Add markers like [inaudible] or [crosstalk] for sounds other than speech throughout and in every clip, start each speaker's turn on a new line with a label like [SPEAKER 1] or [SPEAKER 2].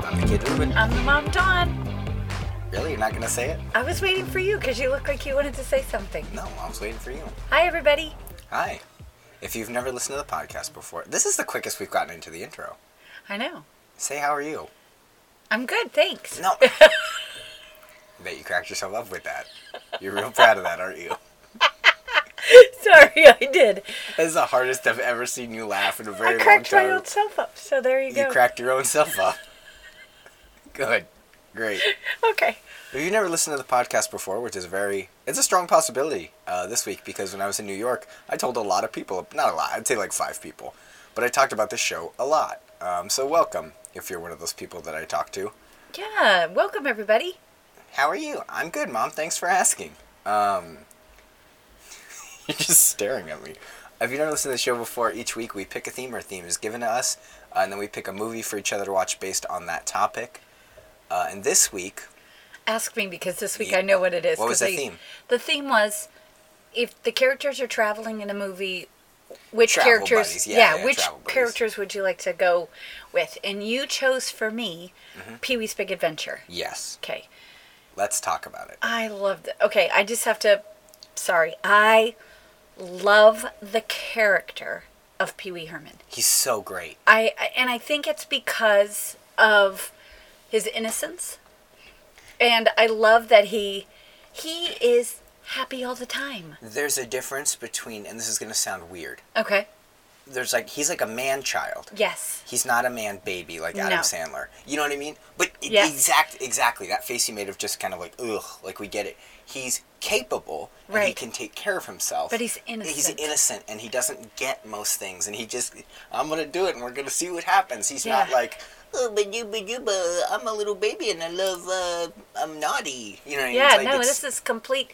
[SPEAKER 1] Goodwin.
[SPEAKER 2] I'm the mom, Dawn.
[SPEAKER 1] Really? You're not going to say it?
[SPEAKER 2] I was waiting for you because you looked like you wanted to say something.
[SPEAKER 1] No, I was waiting for you.
[SPEAKER 2] Hi, everybody.
[SPEAKER 1] Hi. If you've never listened to the podcast before, this is the quickest we've gotten into the intro.
[SPEAKER 2] I know.
[SPEAKER 1] Say, how are you?
[SPEAKER 2] I'm good, thanks.
[SPEAKER 1] No. Bet you cracked yourself up with that. You're real proud of that, aren't you?
[SPEAKER 2] [laughs] Sorry, I did.
[SPEAKER 1] That is the hardest I've ever seen you laugh in a
[SPEAKER 2] I
[SPEAKER 1] very long
[SPEAKER 2] cracked my
[SPEAKER 1] time.
[SPEAKER 2] own self up, so there you
[SPEAKER 1] you
[SPEAKER 2] go.
[SPEAKER 1] cracked your own self up. [laughs] Good. Great.
[SPEAKER 2] Okay.
[SPEAKER 1] If you've never listened to the podcast before, which is very, it's a strong possibility uh, this week because when I was in New York, I told a lot of people, not a lot, I'd say like five people, but I talked about this show a lot. Um, so welcome if you're one of those people that I talked to.
[SPEAKER 2] Yeah, welcome, everybody.
[SPEAKER 1] How are you? I'm good, mom. Thanks for asking. Um, [laughs] you're just staring at me. If you never listened to the show before, each week we pick a theme or a theme is given to us, uh, and then we pick a movie for each other to watch based on that topic. Uh, and this week,
[SPEAKER 2] Ask me because this week
[SPEAKER 1] Yeah.
[SPEAKER 2] I know what it is.
[SPEAKER 1] What was
[SPEAKER 2] 'cause
[SPEAKER 1] the
[SPEAKER 2] I-
[SPEAKER 1] theme?
[SPEAKER 2] The theme was if the characters are traveling in a movie, which
[SPEAKER 1] Travel
[SPEAKER 2] characters?
[SPEAKER 1] buddies. Yeah, yeah,
[SPEAKER 2] which
[SPEAKER 1] travel buddies.
[SPEAKER 2] characters would you like to go with? And you chose for me
[SPEAKER 1] Mm-hmm.
[SPEAKER 2] Pee Wee's Big Adventure.
[SPEAKER 1] yes,
[SPEAKER 2] Okay.
[SPEAKER 1] let's talk about it.
[SPEAKER 2] I love that. Okay, I just have to. Sorry, I love the character of Pee Wee Herman.
[SPEAKER 1] He's so great.
[SPEAKER 2] I I- and I think it's because of his innocence, and I love that he he is happy all the time.
[SPEAKER 1] There's a difference between, and this is going to sound weird.
[SPEAKER 2] Okay.
[SPEAKER 1] There's like, he's like a man child.
[SPEAKER 2] Yes.
[SPEAKER 1] He's not a man baby like Adam
[SPEAKER 2] No.
[SPEAKER 1] Sandler. You know what I mean? But e-
[SPEAKER 2] Yes.
[SPEAKER 1] exact, exactly that face he made of just kind of like ugh, like we get it. He's capable and he
[SPEAKER 2] Right.
[SPEAKER 1] can take care of himself.
[SPEAKER 2] But he's
[SPEAKER 1] He's
[SPEAKER 2] innocent.
[SPEAKER 1] innocent and he doesn't get most things. And he just, I'm gonna do it and we're gonna see what happens. He's not
[SPEAKER 2] Yeah.
[SPEAKER 1] like, oh, but you, but you, but I'm a little baby and I love, uh, I'm naughty. You know what I mean?
[SPEAKER 2] Yeah.
[SPEAKER 1] It's like,
[SPEAKER 2] no,
[SPEAKER 1] it's-
[SPEAKER 2] this is complete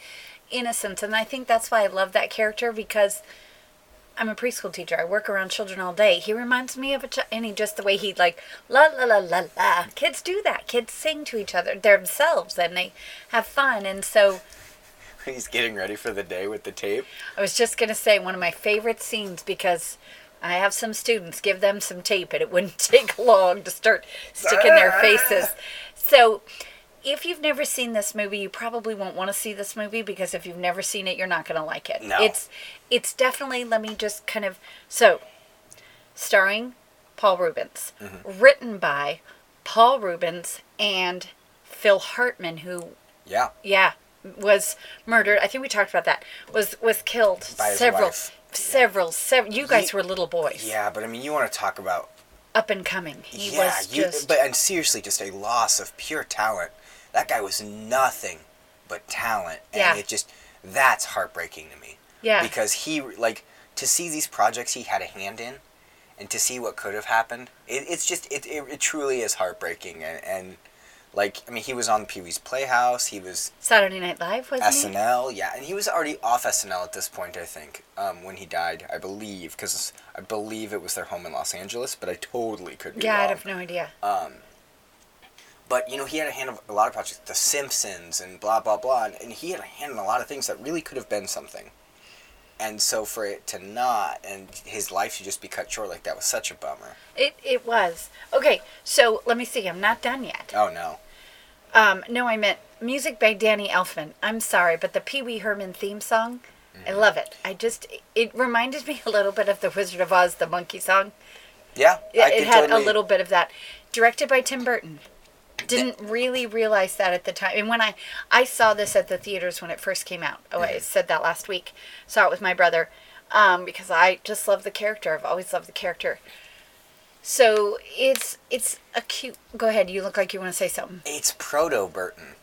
[SPEAKER 2] innocence, and I think that's why I love that character because. I'm a preschool teacher. I work around children all day. He reminds me of a child, and he just the way he like la la la la la. Kids do that. Kids sing to each other themselves, and they have fun. And so
[SPEAKER 1] [laughs] he's getting ready for the day with the tape.
[SPEAKER 2] I was just going to say one of my favorite scenes because I have some students give them some tape and it wouldn't [laughs] take long to start sticking their faces. So if you've never seen this movie, you probably won't want to see this movie because if you've never seen it, you're not going to like it.
[SPEAKER 1] No.
[SPEAKER 2] It's it's definitely let me just kind of so starring Paul Rubens, written by Paul Rubens and Phil Hartman who
[SPEAKER 1] Yeah.
[SPEAKER 2] yeah was murdered i think we talked about that was was killed
[SPEAKER 1] By his
[SPEAKER 2] several
[SPEAKER 1] wife.
[SPEAKER 2] several several you guys
[SPEAKER 1] Ye-
[SPEAKER 2] were little boys
[SPEAKER 1] Yeah, but I mean, you want to talk about
[SPEAKER 2] up and coming he
[SPEAKER 1] yeah,
[SPEAKER 2] was
[SPEAKER 1] you,
[SPEAKER 2] just
[SPEAKER 1] but and seriously, just a loss of pure talent. That guy was nothing but talent, and
[SPEAKER 2] Yeah.
[SPEAKER 1] it just that's heartbreaking to me.
[SPEAKER 2] Yeah.
[SPEAKER 1] because he like to see these projects he had a hand in, and to see what could have happened. It, it's just it, it, it truly is heartbreaking, and, and like I mean, he was on Pee Wee's Playhouse. He was
[SPEAKER 2] saturday night live wasn't he
[SPEAKER 1] SNL, yeah, and he was already off SNL at this point, I think, um, when he died, I believe, because I believe it was their home in Los Angeles, but I totally could be
[SPEAKER 2] yeah i'd
[SPEAKER 1] wrong.
[SPEAKER 2] have no idea
[SPEAKER 1] But you know, he had a hand of a lot of projects, The Simpsons and blah blah blah, and, and he had a hand in a lot of things that really could have been something. And so for it to not, and his life to just be cut short like that was such a bummer.
[SPEAKER 2] it it was okay so let me see i'm not done yet
[SPEAKER 1] Oh no,
[SPEAKER 2] um no i meant music by danny elfman i'm sorry but the pee-wee herman theme song i
[SPEAKER 1] Mm-hmm.
[SPEAKER 2] love it i just it reminded me a little bit of the wizard of oz the monkey song
[SPEAKER 1] yeah, I
[SPEAKER 2] It, it
[SPEAKER 1] could
[SPEAKER 2] had
[SPEAKER 1] totally-
[SPEAKER 2] a little bit of that. Directed by Tim Burton. Didn't really realize that at the time. And when I I saw this at the theaters when it first came out. Oh,
[SPEAKER 1] Mm-hmm.
[SPEAKER 2] I said that last week. Saw it with my brother um, because I just love the character. I've always loved the character. So it's it's a cute. Go ahead. You look like you want to say something.
[SPEAKER 1] It's proto Burton.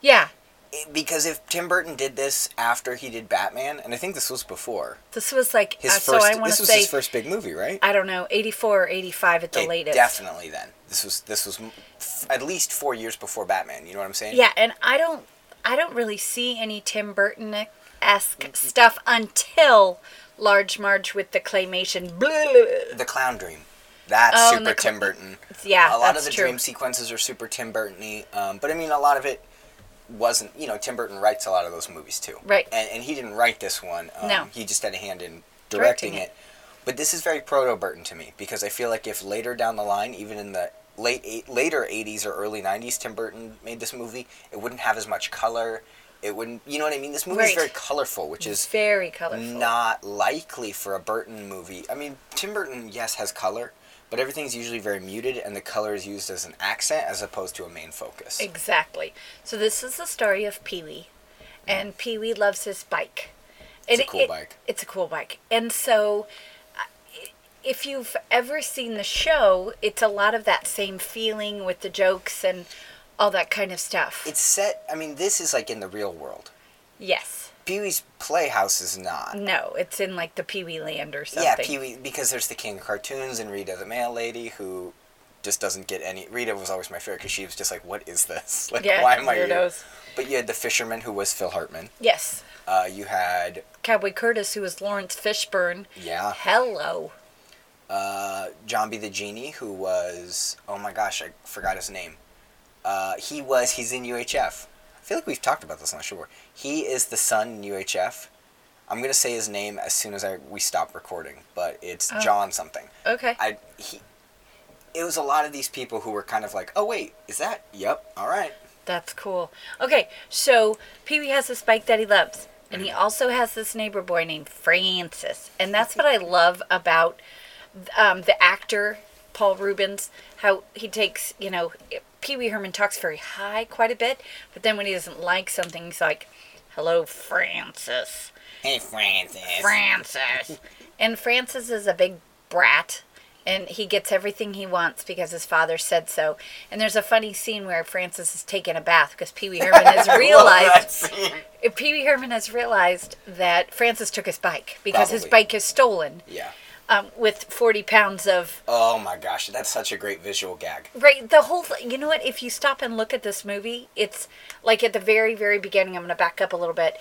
[SPEAKER 2] Yeah,
[SPEAKER 1] It- Because if Tim Burton did this after he did Batman, and I think this was before
[SPEAKER 2] this was like
[SPEAKER 1] his
[SPEAKER 2] uh,
[SPEAKER 1] first,
[SPEAKER 2] so. I want
[SPEAKER 1] this
[SPEAKER 2] to
[SPEAKER 1] was
[SPEAKER 2] say
[SPEAKER 1] his first big movie, right?
[SPEAKER 2] I don't know, eighty four or eighty five at the
[SPEAKER 1] Okay,
[SPEAKER 2] latest.
[SPEAKER 1] Definitely then. This was this was m- f- at least four years before Batman. You know what I'm saying?
[SPEAKER 2] Yeah, and I don't I don't really see any Tim Burton esque stuff until Large Marge with the claymation. Blah.
[SPEAKER 1] The Clown Dream. That's
[SPEAKER 2] Oh, and
[SPEAKER 1] super
[SPEAKER 2] the cl-
[SPEAKER 1] Tim Burton.
[SPEAKER 2] Yeah,
[SPEAKER 1] a lot of
[SPEAKER 2] that's
[SPEAKER 1] the
[SPEAKER 2] true.
[SPEAKER 1] dream sequences are super Tim Burton-y. Um, but I mean, a lot of it wasn't. You know, Tim Burton writes a lot of those movies too.
[SPEAKER 2] Right.
[SPEAKER 1] And, and he didn't write this one. Um,
[SPEAKER 2] No.
[SPEAKER 1] He just had a hand in directing,
[SPEAKER 2] Directing
[SPEAKER 1] it.
[SPEAKER 2] it.
[SPEAKER 1] But this is very proto Burton to me because I feel like if later down the line, even in the late eight, later 80s or early 90s Tim Burton made this movie, it wouldn't have as much color. It wouldn't, you know what I mean? This movie is
[SPEAKER 2] Right.
[SPEAKER 1] very colorful, which is
[SPEAKER 2] Very colorful.
[SPEAKER 1] not likely for a Burton movie. I mean, Tim Burton, yes, has color, but everything's usually very muted, and the color is used as an accent as opposed to a main focus.
[SPEAKER 2] Exactly. So this is the story of Pee Wee, and Pee Wee loves his bike.
[SPEAKER 1] Mm. It's
[SPEAKER 2] And
[SPEAKER 1] a cool
[SPEAKER 2] it-
[SPEAKER 1] bike.
[SPEAKER 2] It's a cool bike, and so uh, i- if you've ever seen the show, it's a lot of that same feeling with the jokes and all that kind of stuff.
[SPEAKER 1] It's set, I mean, this is like in the real world.
[SPEAKER 2] yes.
[SPEAKER 1] Pee Wee's Playhouse is not.
[SPEAKER 2] No, it's in like the Pee Wee Land or something.
[SPEAKER 1] Yeah, Pee Wee, because there's the King of Cartoons and Rita the Mail Lady who just doesn't get any. Rita was always my favorite because she was just like, what is this? [laughs] Like,
[SPEAKER 2] Yeah,
[SPEAKER 1] why am I here?
[SPEAKER 2] weirdos.
[SPEAKER 1] But you had the fisherman who was Phil Hartman.
[SPEAKER 2] Yes.
[SPEAKER 1] Uh, you had,
[SPEAKER 2] Cowboy Curtis, who was Lawrence Fishburne.
[SPEAKER 1] yeah.
[SPEAKER 2] Hello.
[SPEAKER 1] uh, John B. the Genie, who was oh my gosh, I forgot his name. Uh, he was he's in UHF. I feel like we've talked about this on the show. before. He is the son in UHF. I'm gonna say his name as soon as I we stop recording, but it's John something.
[SPEAKER 2] Okay.
[SPEAKER 1] I he. It was a lot of these people who were kind of like, oh wait, is that? Yep, all right.
[SPEAKER 2] That's cool. Okay, so Pee Wee has this bike that he loves, and
[SPEAKER 1] Mm-hmm.
[SPEAKER 2] he also has this neighbor boy named Francis. And that's what I love about um, the actor Paul Rubens, how he takes, you know, Pee Wee Herman talks very high quite a bit, but then when he doesn't like something, he's like, hello, Francis.
[SPEAKER 1] Hey Francis.
[SPEAKER 2] Francis. and Francis is a big brat. And he gets everything he wants because his father said so. And there's a funny scene where Francis is taking a bath because Pee Wee Herman has realized [laughs] Pee Wee Herman has realized that Francis took his bike because his
[SPEAKER 1] Probably.
[SPEAKER 2] bike is stolen
[SPEAKER 1] yeah.
[SPEAKER 2] um, with 40 pounds of
[SPEAKER 1] Oh my gosh, that's such a great visual gag.
[SPEAKER 2] Right, the whole th- you know what? If you stop and look at this movie, it's like at the very, very beginning. I'm going to back up a little bit.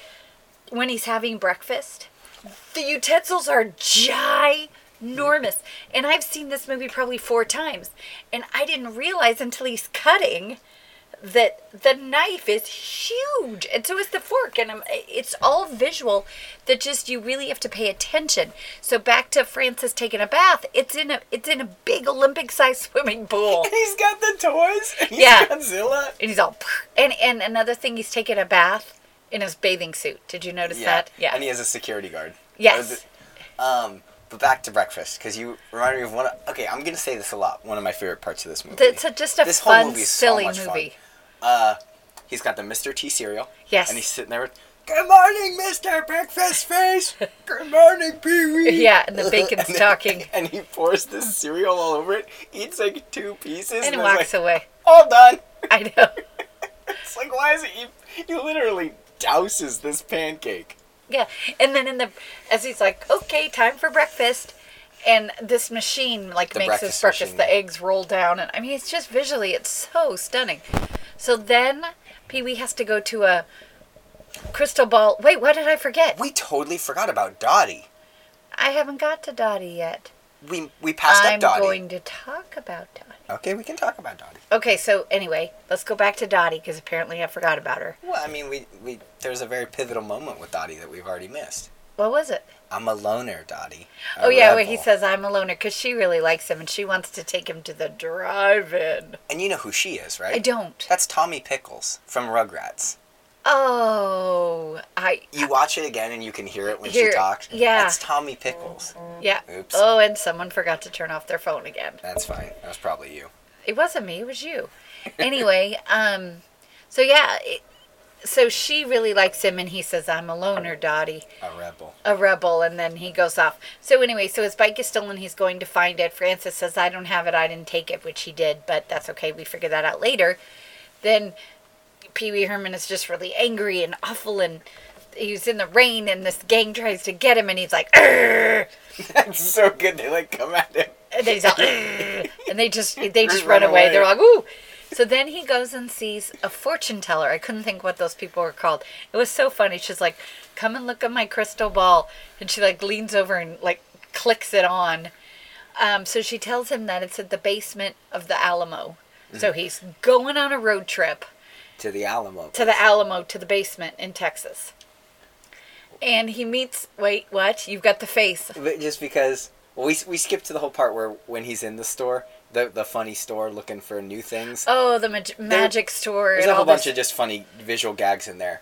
[SPEAKER 2] When he's having breakfast, the utensils are ginormous, and I've seen this movie probably four times, and I didn't realize until he's cutting that the knife is huge, and so is the fork, and i it's all visual. That just you really have to pay attention. So back to Francis taking a bath. It's in a it's in a big Olympic-sized [laughs] swimming pool.
[SPEAKER 1] And he's got the toys. [laughs] And he's
[SPEAKER 2] Yeah.
[SPEAKER 1] Godzilla.
[SPEAKER 2] and he's all "Pff." and and another thing he's taking a bath in his bathing suit did you notice that yeah
[SPEAKER 1] And he has a security guard.
[SPEAKER 2] Yes.
[SPEAKER 1] Or the- Um, but back to breakfast because you reminded me of one. Of, okay, I'm gonna say this a lot. One of my favorite parts of this movie.
[SPEAKER 2] it's a, just a
[SPEAKER 1] This whole
[SPEAKER 2] fun
[SPEAKER 1] movie is so
[SPEAKER 2] silly
[SPEAKER 1] much fun.
[SPEAKER 2] movie
[SPEAKER 1] he's got the Mr. T cereal.
[SPEAKER 2] Yes.
[SPEAKER 1] And he's sitting there. with, Good morning, Mr. Breakfast
[SPEAKER 2] [laughs]
[SPEAKER 1] Face. Good morning, Pee Wee.
[SPEAKER 2] Yeah,
[SPEAKER 1] [laughs]
[SPEAKER 2] and the bacon's
[SPEAKER 1] And then-
[SPEAKER 2] talking.
[SPEAKER 1] And he pours this cereal all over it. Eats like two pieces.
[SPEAKER 2] and he
[SPEAKER 1] I was
[SPEAKER 2] walks
[SPEAKER 1] like,
[SPEAKER 2] away [laughs]
[SPEAKER 1] All done.
[SPEAKER 2] i know
[SPEAKER 1] It's like why is it? He, he literally douses this pancake.
[SPEAKER 2] yeah and then in the as he's like okay time for breakfast and this machine like
[SPEAKER 1] The
[SPEAKER 2] makes
[SPEAKER 1] breakfast
[SPEAKER 2] this breakfast
[SPEAKER 1] machine.
[SPEAKER 2] the eggs roll down and i mean it's just visually it's so stunning so then pee-wee has to go to a crystal ball wait what did i forget
[SPEAKER 1] We totally forgot about Dottie.
[SPEAKER 2] i haven't got to dottie yet
[SPEAKER 1] We we passed
[SPEAKER 2] i'm
[SPEAKER 1] up Dottie.
[SPEAKER 2] going to talk about dottie
[SPEAKER 1] Okay, we can talk about Dottie.
[SPEAKER 2] Okay, so anyway, let's go back to Dottie because apparently I forgot about her.
[SPEAKER 1] Well, I mean, we, we there's a very pivotal moment with Dottie that we've already missed.
[SPEAKER 2] What was it?
[SPEAKER 1] I'm a loner, Dottie. a
[SPEAKER 2] Oh yeah, where
[SPEAKER 1] rebel.
[SPEAKER 2] he says I'm a loner because she really likes him and she wants to take him to the drive-in.
[SPEAKER 1] And you know who she is, right?
[SPEAKER 2] I don't.
[SPEAKER 1] That's Tommy Pickles from Rugrats.
[SPEAKER 2] Oh, I
[SPEAKER 1] You watch it again and you can hear it when
[SPEAKER 2] Hear
[SPEAKER 1] she
[SPEAKER 2] it,
[SPEAKER 1] talks.
[SPEAKER 2] yeah.
[SPEAKER 1] That's Tommy Pickles.
[SPEAKER 2] yeah.
[SPEAKER 1] Oops.
[SPEAKER 2] Oh, and someone forgot to turn off their phone again.
[SPEAKER 1] That's fine. That was probably you.
[SPEAKER 2] It wasn't me. It was you. Anyway, um, so yeah, it, so she really likes him and he says I'm a loner, Dottie.
[SPEAKER 1] A rebel. [laughs]
[SPEAKER 2] a rebel and then he goes off. So anyway, so his bike is stolen, he's going to find it. Francis says, I don't have it, I didn't take it, which he did, but that's okay, we figure that out later. Then Pee Wee Herman is just really angry and awful and he's in the rain and this gang tries to get him and he's like "Arr!"
[SPEAKER 1] That's so good. They like come at him.
[SPEAKER 2] and then he's all, "Arr!" and they
[SPEAKER 1] [laughs]
[SPEAKER 2] just they just
[SPEAKER 1] Run
[SPEAKER 2] run away.
[SPEAKER 1] away.
[SPEAKER 2] They're like, ooh. So then he goes and sees a fortune teller. I couldn't think what those people were called. It was so funny. She's like, come and look at my crystal ball. And she like leans over and like clicks it on. Um, so she tells him that it's at the basement of the Alamo. So
[SPEAKER 1] Mm-hmm.
[SPEAKER 2] he's going on a road trip
[SPEAKER 1] To the Alamo.
[SPEAKER 2] to the Alamo to the basement in Texas. And he meets, wait, what? You've got the face.
[SPEAKER 1] But just because well, we we skipped to the whole part where when he's in the store the the funny store looking for new things.
[SPEAKER 2] Oh, the mag- magic store.
[SPEAKER 1] There's
[SPEAKER 2] and
[SPEAKER 1] a whole
[SPEAKER 2] all
[SPEAKER 1] bunch
[SPEAKER 2] this-
[SPEAKER 1] of just funny visual gags in there.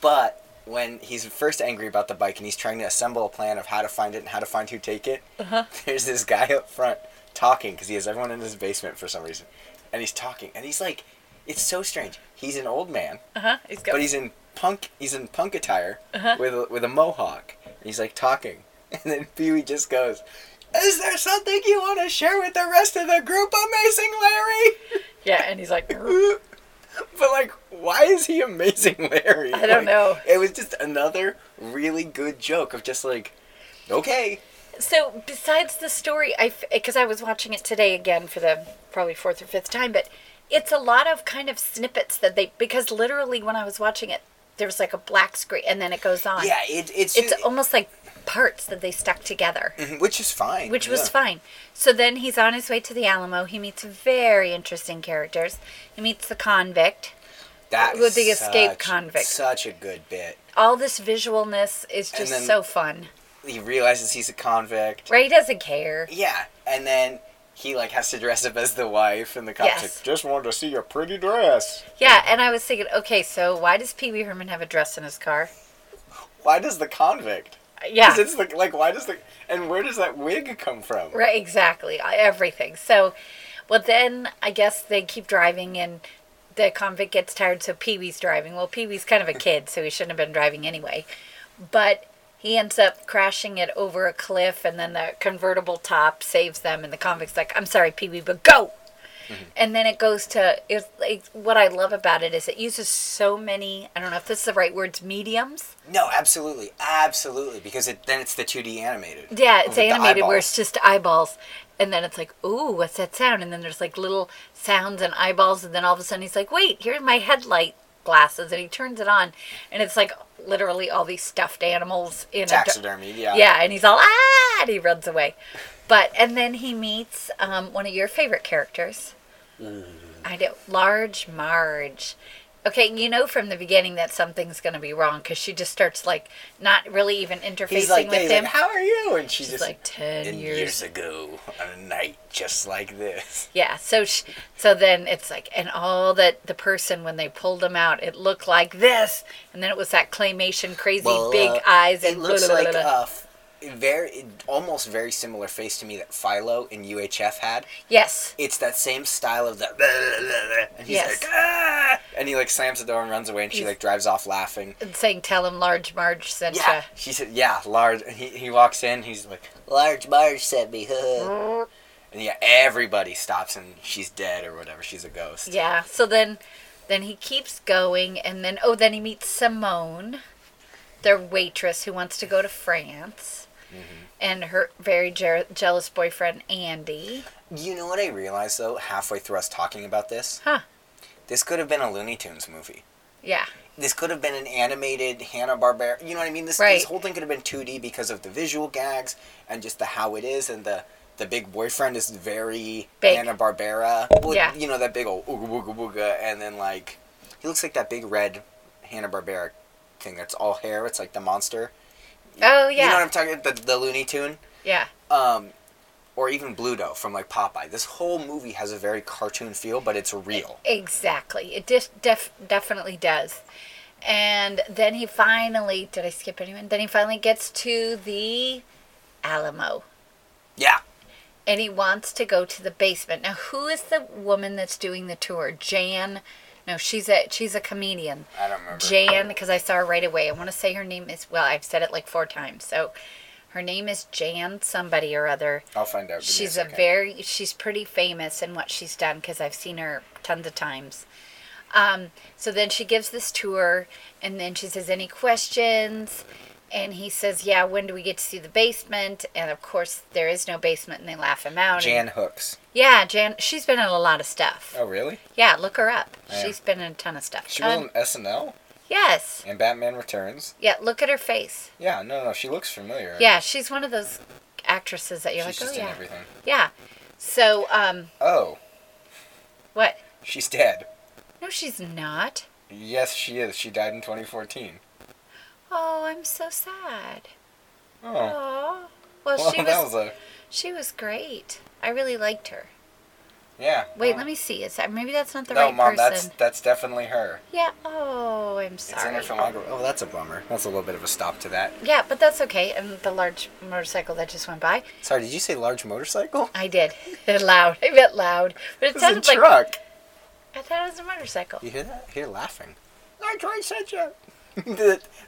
[SPEAKER 1] But when he's first angry about the bike and he's trying to assemble a plan of how to find it and how to find who take it,
[SPEAKER 2] Uh-huh.
[SPEAKER 1] [laughs] there's this guy up front talking because he has everyone in his basement for some reason. And he's talking. And he's like, it's so strange. He's an old man,
[SPEAKER 2] Uh-huh. He's got
[SPEAKER 1] but he's in punk He's in punk attire
[SPEAKER 2] Uh-huh.
[SPEAKER 1] with, a, with a mohawk. And he's like talking. [laughs] And then Pee Wee just goes, Is there something you want to share with the rest of the group, Amazing Larry?
[SPEAKER 2] Yeah, and he's
[SPEAKER 1] [laughs]
[SPEAKER 2] like
[SPEAKER 1] But like, why is he amazing, Larry?
[SPEAKER 2] I don't
[SPEAKER 1] Like,
[SPEAKER 2] know.
[SPEAKER 1] It was just another really good joke of just like, okay,
[SPEAKER 2] So besides the story, I because I was watching it today again for the probably fourth or fifth time, but it's a lot of kind of snippets that they because literally when I was watching it, there was like a black screen and then it goes on.
[SPEAKER 1] yeah, it, it's mm-hmm,
[SPEAKER 2] it's almost like parts that they stuck together,
[SPEAKER 1] which is fine,
[SPEAKER 2] which was
[SPEAKER 1] Mm. yeah.
[SPEAKER 2] fine. So then he's on his way to the Alamo. He meets very interesting characters. He meets the convict.
[SPEAKER 1] That
[SPEAKER 2] with
[SPEAKER 1] was
[SPEAKER 2] the escape convict.
[SPEAKER 1] Such a good bit.
[SPEAKER 2] All this visualness is just
[SPEAKER 1] then-
[SPEAKER 2] so fun.
[SPEAKER 1] He realizes he's a convict.
[SPEAKER 2] Ray doesn't care.
[SPEAKER 1] Yeah, and then he like has to dress up as the wife, and the cop's
[SPEAKER 2] Yes.
[SPEAKER 1] like, just wanted to see your pretty dress.
[SPEAKER 2] Yeah, and I was thinking, okay, so why does Pee Wee Herman have a dress in his car?
[SPEAKER 1] Why does the convict?
[SPEAKER 2] Yeah.
[SPEAKER 1] 'Cause it's like, like why does the and where does that wig come from?
[SPEAKER 2] Right, exactly. I- Everything. So, well, then I guess they keep driving and the convict gets tired, so Pee Wee's driving. Well, Pee Wee's kind of a kid, so he shouldn't have been driving anyway. But he ends up crashing it over a cliff, and then the convertible top saves them, and the convict's like, I'm sorry, Pee Wee, but go! And then it goes to it's like what I love about it is it uses so many I don't know if this is the right words mediums
[SPEAKER 1] No, absolutely, absolutely, because it then it's the two D animated.
[SPEAKER 2] Yeah, it's
[SPEAKER 1] With the
[SPEAKER 2] animated where it's
[SPEAKER 1] eyeballs.
[SPEAKER 2] just eyeballs. And then it's like, ooh, what's that sound? And then there's like little sounds and eyeballs. And then all of a sudden he's like, wait, here's my headlight glasses. And he turns it on. And it's like literally all these stuffed animals in a. dar-
[SPEAKER 1] taxidermy. Yeah.
[SPEAKER 2] yeah, and he's all, ah, and he runs away. But, and then he meets um, one of your favorite characters.
[SPEAKER 1] Mm.
[SPEAKER 2] I know, Large Marge. Okay, you know from the beginning that something's going to be wrong because she just starts like not really even interfacing
[SPEAKER 1] He's like,
[SPEAKER 2] with
[SPEAKER 1] he's
[SPEAKER 2] him.
[SPEAKER 1] like, how are you? And she's
[SPEAKER 2] It's
[SPEAKER 1] just
[SPEAKER 2] like 10
[SPEAKER 1] "And
[SPEAKER 2] years.
[SPEAKER 1] ago on a night just like
[SPEAKER 2] [laughs]
[SPEAKER 1] this.
[SPEAKER 2] Yeah, so sh so then it's like and all that the person when they pulled him out it looked like this and then it was that claymation crazy
[SPEAKER 1] Well,
[SPEAKER 2] big
[SPEAKER 1] uh,
[SPEAKER 2] eyes and
[SPEAKER 1] It looks
[SPEAKER 2] blah, blah,
[SPEAKER 1] like uh,
[SPEAKER 2] blah, blah.
[SPEAKER 1] a f- very almost very similar face to me that Philo in UHF had.
[SPEAKER 2] yes.
[SPEAKER 1] It's that same style of the [laughs] and he's
[SPEAKER 2] Yes.
[SPEAKER 1] like ah! and he like slams the door and runs away and she
[SPEAKER 2] He's-
[SPEAKER 1] like drives off laughing.
[SPEAKER 2] And saying tell him large Marge sent
[SPEAKER 1] Yeah,
[SPEAKER 2] ya."
[SPEAKER 1] she said, "Yeah, large." and He he walks in. He's like, "Large Marge sent me." huh." and yeah, everybody stops and she's dead or whatever. She's a ghost.
[SPEAKER 2] Yeah. So then then he keeps going and then oh then he meets Simone, their waitress who wants to go to France.
[SPEAKER 1] Mm-hmm.
[SPEAKER 2] And her very jer- jealous boyfriend Andy.
[SPEAKER 1] You know what I realized though, halfway through us talking about this?
[SPEAKER 2] Huh.
[SPEAKER 1] This could have been a Looney Tunes movie.
[SPEAKER 2] Yeah.
[SPEAKER 1] This could have been an animated Hanna Barbera. You know what I mean? This,
[SPEAKER 2] Right.
[SPEAKER 1] this whole thing could have been 2D because of the visual gags and just the how it is and the the big boyfriend is very
[SPEAKER 2] Big.
[SPEAKER 1] Hanna Barbera.
[SPEAKER 2] Yeah.
[SPEAKER 1] You know that big old ooga booga booga, and then like he looks like that big red Hanna Barbera thing that's all hair. It's like the monster.
[SPEAKER 2] Oh yeah.
[SPEAKER 1] You know what I'm talking about? The, the Looney Tune
[SPEAKER 2] yeah.
[SPEAKER 1] um, or even Bluto from like Popeye. This whole movie has a very cartoon feel, but it's real.
[SPEAKER 2] Exactly. It just def- definitely does. And then he finally, did I skip anyone? Then he finally gets to the Alamo
[SPEAKER 1] Yeah,
[SPEAKER 2] and he wants to go to the basement. Now, who is the woman that's doing the tour? Jan. No, she's a she's a comedian.
[SPEAKER 1] I don't remember.
[SPEAKER 2] Jan because I saw her right away. I want to say her name is well, I've said it like four times. So her name is Jan somebody or other.
[SPEAKER 1] I'll find out. Give me
[SPEAKER 2] She's a
[SPEAKER 1] second.
[SPEAKER 2] very she's pretty famous in what she's done because I've seen her tons of times. Um, so then she gives this tour, and then she says, "Any questions?" And he says, "Yeah, when do we get to see the basement?" And of course, there is no basement, and they laugh him out.
[SPEAKER 1] Jan
[SPEAKER 2] And,
[SPEAKER 1] Hooks.
[SPEAKER 2] yeah, Jan. She's been in a lot of stuff.
[SPEAKER 1] Oh really?
[SPEAKER 2] Yeah, look her up.
[SPEAKER 1] Yeah.
[SPEAKER 2] She's been in a ton of stuff.
[SPEAKER 1] She was
[SPEAKER 2] Um,
[SPEAKER 1] on SNL
[SPEAKER 2] yes.
[SPEAKER 1] and Batman Returns.
[SPEAKER 2] Yeah, look at her face.
[SPEAKER 1] Yeah, no, no, she looks familiar.
[SPEAKER 2] Yeah, she's one of those actresses that you're
[SPEAKER 1] she's
[SPEAKER 2] like,
[SPEAKER 1] just
[SPEAKER 2] "Oh
[SPEAKER 1] in
[SPEAKER 2] yeah,
[SPEAKER 1] everything.
[SPEAKER 2] yeah." So, um,
[SPEAKER 1] Oh,
[SPEAKER 2] what?
[SPEAKER 1] she's dead.
[SPEAKER 2] No, she's not.
[SPEAKER 1] Yes, she is. She died in 2014.
[SPEAKER 2] Oh, I'm so sad.
[SPEAKER 1] Oh,
[SPEAKER 2] Oh, well,
[SPEAKER 1] well, [laughs]
[SPEAKER 2] she
[SPEAKER 1] that
[SPEAKER 2] was,
[SPEAKER 1] was a
[SPEAKER 2] she was great. I really liked her.
[SPEAKER 1] Yeah.
[SPEAKER 2] Wait,
[SPEAKER 1] Mom.
[SPEAKER 2] let me see. Is that maybe that's not the
[SPEAKER 1] no,
[SPEAKER 2] right
[SPEAKER 1] mom,
[SPEAKER 2] person?
[SPEAKER 1] that's that's definitely her.
[SPEAKER 2] Yeah. Oh, I'm
[SPEAKER 1] It's in
[SPEAKER 2] sorry.
[SPEAKER 1] her filmography. Oh, that's a bummer. That's a little bit of a stop to that.
[SPEAKER 2] yeah, but that's okay. And the large motorcycle that just went by.
[SPEAKER 1] Sorry, did you say large motorcycle?
[SPEAKER 2] I did. [laughs] loud. I meant loud. But it
[SPEAKER 1] It's a
[SPEAKER 2] sounded like
[SPEAKER 1] truck.
[SPEAKER 2] I thought it was a motorcycle.
[SPEAKER 1] You hear that? I hear laughing. Large white sunshine. [laughs]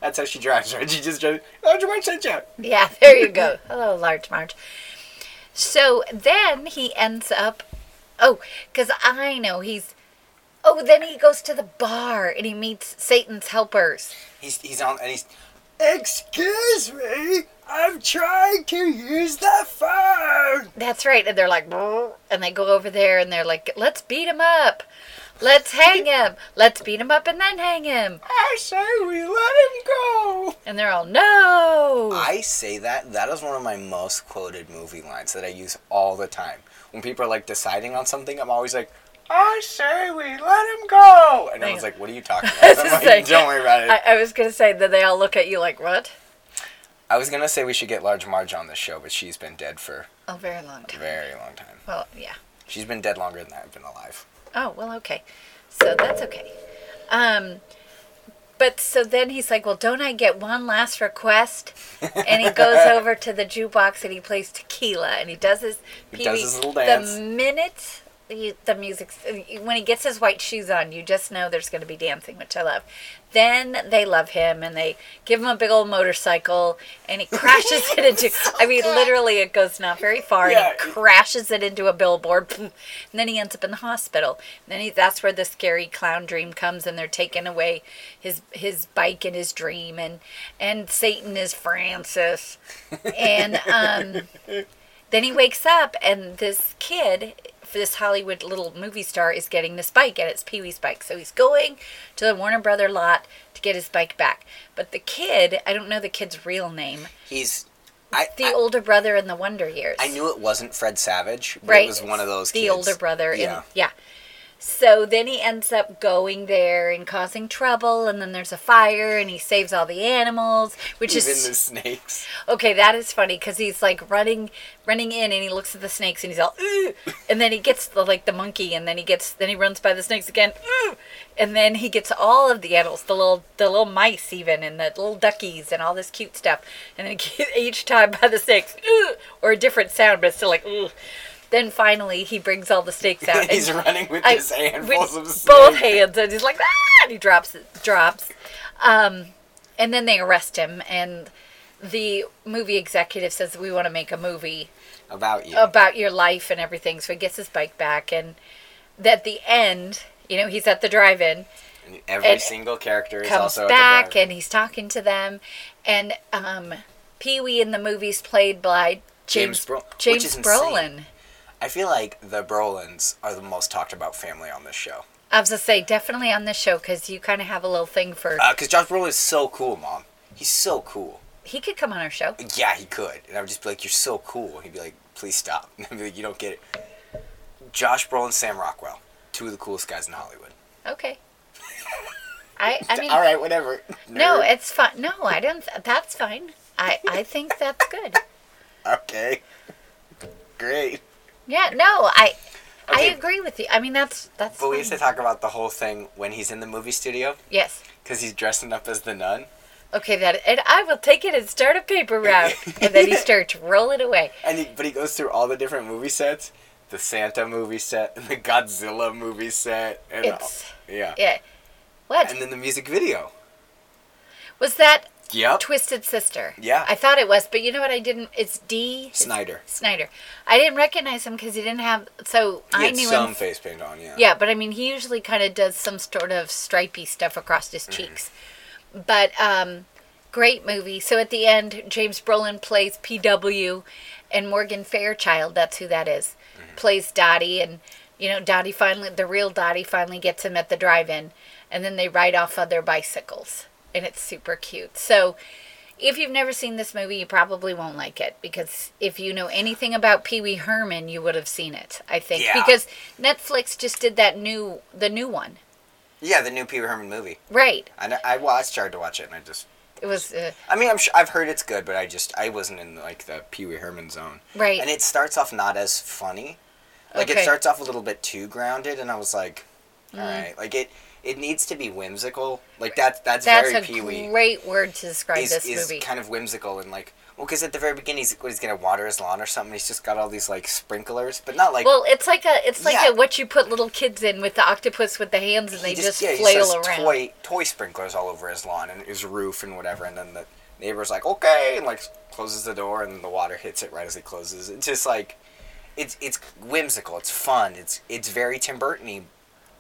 [SPEAKER 1] That's how she drives, right? She just drives. Large white sunshine.
[SPEAKER 2] [laughs] Yeah, there
[SPEAKER 1] [laughs]
[SPEAKER 2] you go. Hello, Large Marge. So then he ends up. Oh, because I know he's. Oh, then he goes to the bar and he meets Satan's helpers.
[SPEAKER 1] He's he's on and he's. Excuse me, I'm trying to use the phone.
[SPEAKER 2] That's right. And they're like, "Brr," and they go over there and they're like, let's beat him up. Let's hang him. Let's beat him up and then hang him.
[SPEAKER 1] I say we let him go.
[SPEAKER 2] And they're all, no.
[SPEAKER 1] I say that that is one of my most quoted movie lines that I use all the time. When people are like deciding on something, I'm always like, "I say we let him go," and everyone's like, "What are you talking
[SPEAKER 2] [laughs]
[SPEAKER 1] about?" I'm
[SPEAKER 2] Just
[SPEAKER 1] like,
[SPEAKER 2] like-
[SPEAKER 1] "Don't worry about it."
[SPEAKER 2] I, I was going to say that they all look at you like, what?
[SPEAKER 1] I was gonna say we should get Large Marge on this show, but she's been dead for
[SPEAKER 2] A very long
[SPEAKER 1] a
[SPEAKER 2] time.
[SPEAKER 1] very long time.
[SPEAKER 2] Well, yeah.
[SPEAKER 1] She's been dead longer than I've been alive.
[SPEAKER 2] Oh, well, okay. So that's okay. Um, but so then he's like, well, don't I get one last request? And
[SPEAKER 1] [laughs]
[SPEAKER 2] he goes over to the jukebox and he plays tequila and he does his,
[SPEAKER 1] He does his little dance.
[SPEAKER 2] The minute he, the music's, when he gets his white shoes on, you just know there's going to be dancing, which I love. Then they love him and they give him a big old motorcycle and he crashes it into, I mean, literally it goes not very far
[SPEAKER 1] Yeah.
[SPEAKER 2] and he crashes it into a billboard, [laughs] and then he ends up in the hospital. And then he, that's where the scary clown dream comes, and they're taking away his his bike and his dream, and and Satan is Francis, and um, then he wakes up, and this kid. This Hollywood little movie star is getting this bike, and it's Pee Wee's bike. So he's going to the Warner Brother lot to get his bike back. But the kid, I don't know the kid's real name,
[SPEAKER 1] He's, I
[SPEAKER 2] the
[SPEAKER 1] I,
[SPEAKER 2] older brother in the Wonder Years.
[SPEAKER 1] I knew it wasn't Fred Savage, but
[SPEAKER 2] right?
[SPEAKER 1] it was one of those.
[SPEAKER 2] The
[SPEAKER 1] kids.
[SPEAKER 2] older brother.
[SPEAKER 1] Yeah.
[SPEAKER 2] Yeah. yeah. So then he ends up going there and causing trouble, and then there's a fire, and he saves all the animals, which
[SPEAKER 1] Even
[SPEAKER 2] is
[SPEAKER 1] the snakes.
[SPEAKER 2] okay. That is funny because he's like running, running in, and he looks at the snakes, and he's all, Ooh! and then he gets the like the monkey, and then he gets, then he runs by the snakes again, Ooh! and then he gets all of the animals, the little, the little mice even, and the little duckies, and all this cute stuff, and then [laughs] he gets each time by the snakes, Ooh! or a different sound, but it's still like, Ooh! then finally he brings all the snakes
[SPEAKER 1] [laughs]
[SPEAKER 2] out. [laughs] and-
[SPEAKER 1] he's running with
[SPEAKER 2] I-
[SPEAKER 1] his handfuls
[SPEAKER 2] with
[SPEAKER 1] of snakes.
[SPEAKER 2] both hands, and he's like, ah, and he drops, drops. Um, and then they arrest him, and the movie executive says, "We want to make a movie
[SPEAKER 1] about you.
[SPEAKER 2] about your life and everything." So he gets his bike back, and at the end, you know, he's at the drive-in,
[SPEAKER 1] And every
[SPEAKER 2] and
[SPEAKER 1] single character is
[SPEAKER 2] comes
[SPEAKER 1] also
[SPEAKER 2] back,
[SPEAKER 1] at
[SPEAKER 2] and he's talking to them, and um, Pee Wee in the movie's played by
[SPEAKER 1] James
[SPEAKER 2] James
[SPEAKER 1] Bro- which
[SPEAKER 2] James
[SPEAKER 1] is insane.
[SPEAKER 2] Brolin.
[SPEAKER 1] the I feel like the Brolins are the most talked about family on this show.
[SPEAKER 2] I was gonna say definitely on this show because you kind of have a little thing for
[SPEAKER 1] Because Uh, Josh Brolin is so cool, Mom. He's so cool.
[SPEAKER 2] he could come on our show.
[SPEAKER 1] Yeah, he could. And I would just be like, You're so cool. And he'd be like, Please stop. [laughs] And I'd be like, You don't get it. Josh Brolin, Sam Rockwell. Two of the coolest guys in Hollywood. [laughs]
[SPEAKER 2] Okay. I I mean
[SPEAKER 1] All right, whatever.
[SPEAKER 2] no,
[SPEAKER 1] Nerd.
[SPEAKER 2] it's fine. No, I don't. That's fine. I I think that's good.
[SPEAKER 1] Okay. Great.
[SPEAKER 2] Yeah. No, I
[SPEAKER 1] Okay.
[SPEAKER 2] I agree with you. I mean that's that's.
[SPEAKER 1] But we
[SPEAKER 2] Fine.
[SPEAKER 1] have to talk about the whole thing when he's in the movie studio
[SPEAKER 2] yes.
[SPEAKER 1] because he's dressing up as the nun.
[SPEAKER 2] Okay. That and I will take it and start a paper
[SPEAKER 1] [laughs]
[SPEAKER 2] route, and then he starts to roll it away.
[SPEAKER 1] And he, but he goes through all the different movie sets, the Santa movie set, and the Godzilla movie set, and all-
[SPEAKER 2] It's-
[SPEAKER 1] yeah.
[SPEAKER 2] Yeah. What
[SPEAKER 1] And then the music video.
[SPEAKER 2] was that?
[SPEAKER 1] Yep.
[SPEAKER 2] Twisted Sister.
[SPEAKER 1] Yeah.
[SPEAKER 2] I thought it was, but you know what? I didn't. It's D.
[SPEAKER 1] Snyder.
[SPEAKER 2] Snyder. I didn't recognize him because he didn't have. So
[SPEAKER 1] He
[SPEAKER 2] I
[SPEAKER 1] had
[SPEAKER 2] knew
[SPEAKER 1] some
[SPEAKER 2] him
[SPEAKER 1] face paint on, yeah.
[SPEAKER 2] Yeah, but I mean, he usually kind of does some sort of stripy stuff across his cheeks. But um, great movie. So at the end, James Brolin plays PW, and Morgan Fairchild, that's who that is,
[SPEAKER 1] Mm-hmm.
[SPEAKER 2] plays Dottie. And, you know, Dottie finally, the real Dottie finally gets him at the drive in, and then they ride off on their bicycles. And it's super cute. So if you've never seen this movie, you probably won't like it because if you know anything about Pee Wee Herman, you would have seen it, I think.
[SPEAKER 1] Yeah.
[SPEAKER 2] Because Netflix just did that new the new one.
[SPEAKER 1] Yeah, the new Pee Wee Herman movie.
[SPEAKER 2] Right.
[SPEAKER 1] I, know- I watched, tried to watch it, and I just.
[SPEAKER 2] It was uh,
[SPEAKER 1] I mean, I'm sure, I've heard it's good, but I just I wasn't in like the Pee Wee Herman zone.
[SPEAKER 2] right.
[SPEAKER 1] And it starts off not as funny, Like it
[SPEAKER 2] Okay. Mm.
[SPEAKER 1] starts off a little bit too grounded, and I was like, all right, like it it needs to be whimsical. Like that's that's,
[SPEAKER 2] That's
[SPEAKER 1] very
[SPEAKER 2] a
[SPEAKER 1] Pee Wee.
[SPEAKER 2] great word to describe
[SPEAKER 1] Is
[SPEAKER 2] this
[SPEAKER 1] is
[SPEAKER 2] movie.
[SPEAKER 1] kind of whimsical and like well, because at the very beginning he's, he's gonna water his lawn or something. He's just got all these like sprinklers, but not like
[SPEAKER 2] well, it's like a it's like
[SPEAKER 1] Yeah.
[SPEAKER 2] a what you put little kids in with the octopus with the hands and
[SPEAKER 1] he
[SPEAKER 2] they just,
[SPEAKER 1] yeah, he
[SPEAKER 2] flail
[SPEAKER 1] says
[SPEAKER 2] around.
[SPEAKER 1] Toy toy sprinklers all over his lawn and his roof and whatever. And then the neighbor's like, okay, and like closes the door, and the water hits it right as he closes. It's just like, it's it's whimsical. It's fun. It's it's very Tim Burton-y,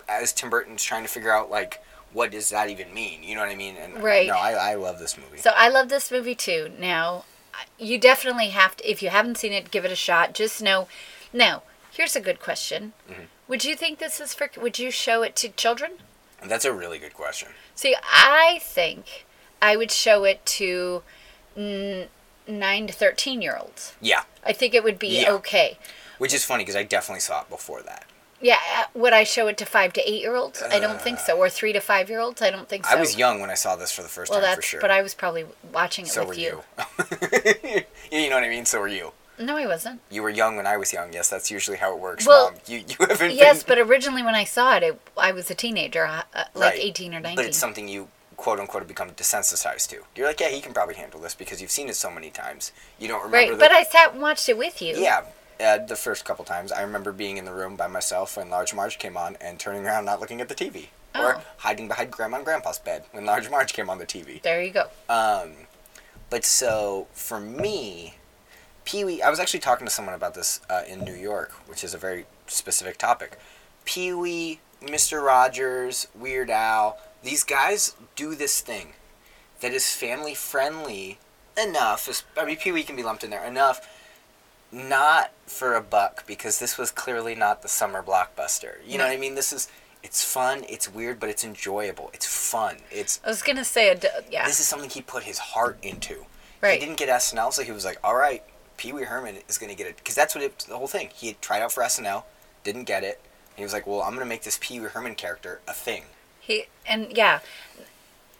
[SPEAKER 1] as Tim Burton's trying to figure out like what does that even mean. You know what I mean? And
[SPEAKER 2] Right.
[SPEAKER 1] No, I I love this movie.
[SPEAKER 2] So I love this movie too. Now, I- you definitely have to if you haven't seen it, give it a shot. Just know. Now, here's a good question.
[SPEAKER 1] Mm-hmm.
[SPEAKER 2] Would you think this is for would you show it to children?
[SPEAKER 1] And that's a really good question.
[SPEAKER 2] See, I think I would show it to n- 9 to 13 year olds.
[SPEAKER 1] Yeah,
[SPEAKER 2] I think it would be
[SPEAKER 1] Yeah.
[SPEAKER 2] okay.
[SPEAKER 1] which is funny because I definitely saw it before that.
[SPEAKER 2] Yeah, uh, would I show it to 5 to 8 year olds? I don't think so. Or 3 to 5 year olds? I don't think so.
[SPEAKER 1] Uh. I was young when I saw this for the first
[SPEAKER 2] Well,
[SPEAKER 1] time
[SPEAKER 2] that's
[SPEAKER 1] for sure.
[SPEAKER 2] but I was probably watching it
[SPEAKER 1] so were
[SPEAKER 2] with you.
[SPEAKER 1] you. you. [laughs] You know what I mean? So were you.
[SPEAKER 2] No, I wasn't.
[SPEAKER 1] You were young when I was young. Yes, that's usually how it works,
[SPEAKER 2] Well,
[SPEAKER 1] Mom. You, [laughs] you haven't
[SPEAKER 2] Yes,
[SPEAKER 1] been,
[SPEAKER 2] but originally when I saw it, it I was a teenager, uh, uh, like
[SPEAKER 1] Right.
[SPEAKER 2] 18 or 19.
[SPEAKER 1] But it's something you, quote unquote, have become desensitized to. You're like, yeah, he can probably handle this because you've seen it so many times. You don't remember
[SPEAKER 2] right,
[SPEAKER 1] the,
[SPEAKER 2] but I sat and watched it with
[SPEAKER 1] [laughs]
[SPEAKER 2] you.
[SPEAKER 1] Yeah, uh, the first couple times. I remember being in the room by myself when Large Marge came on and turning around, not looking at the TV. Or
[SPEAKER 2] Oh.
[SPEAKER 1] hiding behind Grandma and Grandpa's bed when Large Marge came on the TV.
[SPEAKER 2] There you go.
[SPEAKER 1] Um, but so for me, Pee Wee, I was actually talking to someone about this uh, in New York, which is a very specific topic. Pee Wee, Mr. Rogers, Weird Al, these guys do this thing that is family friendly enough. as- I mean, Pee Wee can be lumped in there enough, not for a buck, because this was clearly not the summer blockbuster. You know what I mean? This is. It's fun, it's weird, but it's enjoyable. It's fun. It's
[SPEAKER 2] I was going to say, a, d- yeah.
[SPEAKER 1] this is something he put his heart into.
[SPEAKER 2] Right.
[SPEAKER 1] He didn't get SNL, so he was like, all right, Pee Wee Herman is going to get it. Because that's what it, the whole thing. He had tried out for SNL, didn't get it. And he was like, well, I'm going to make this Pee Wee Herman character a thing.
[SPEAKER 2] He and yeah,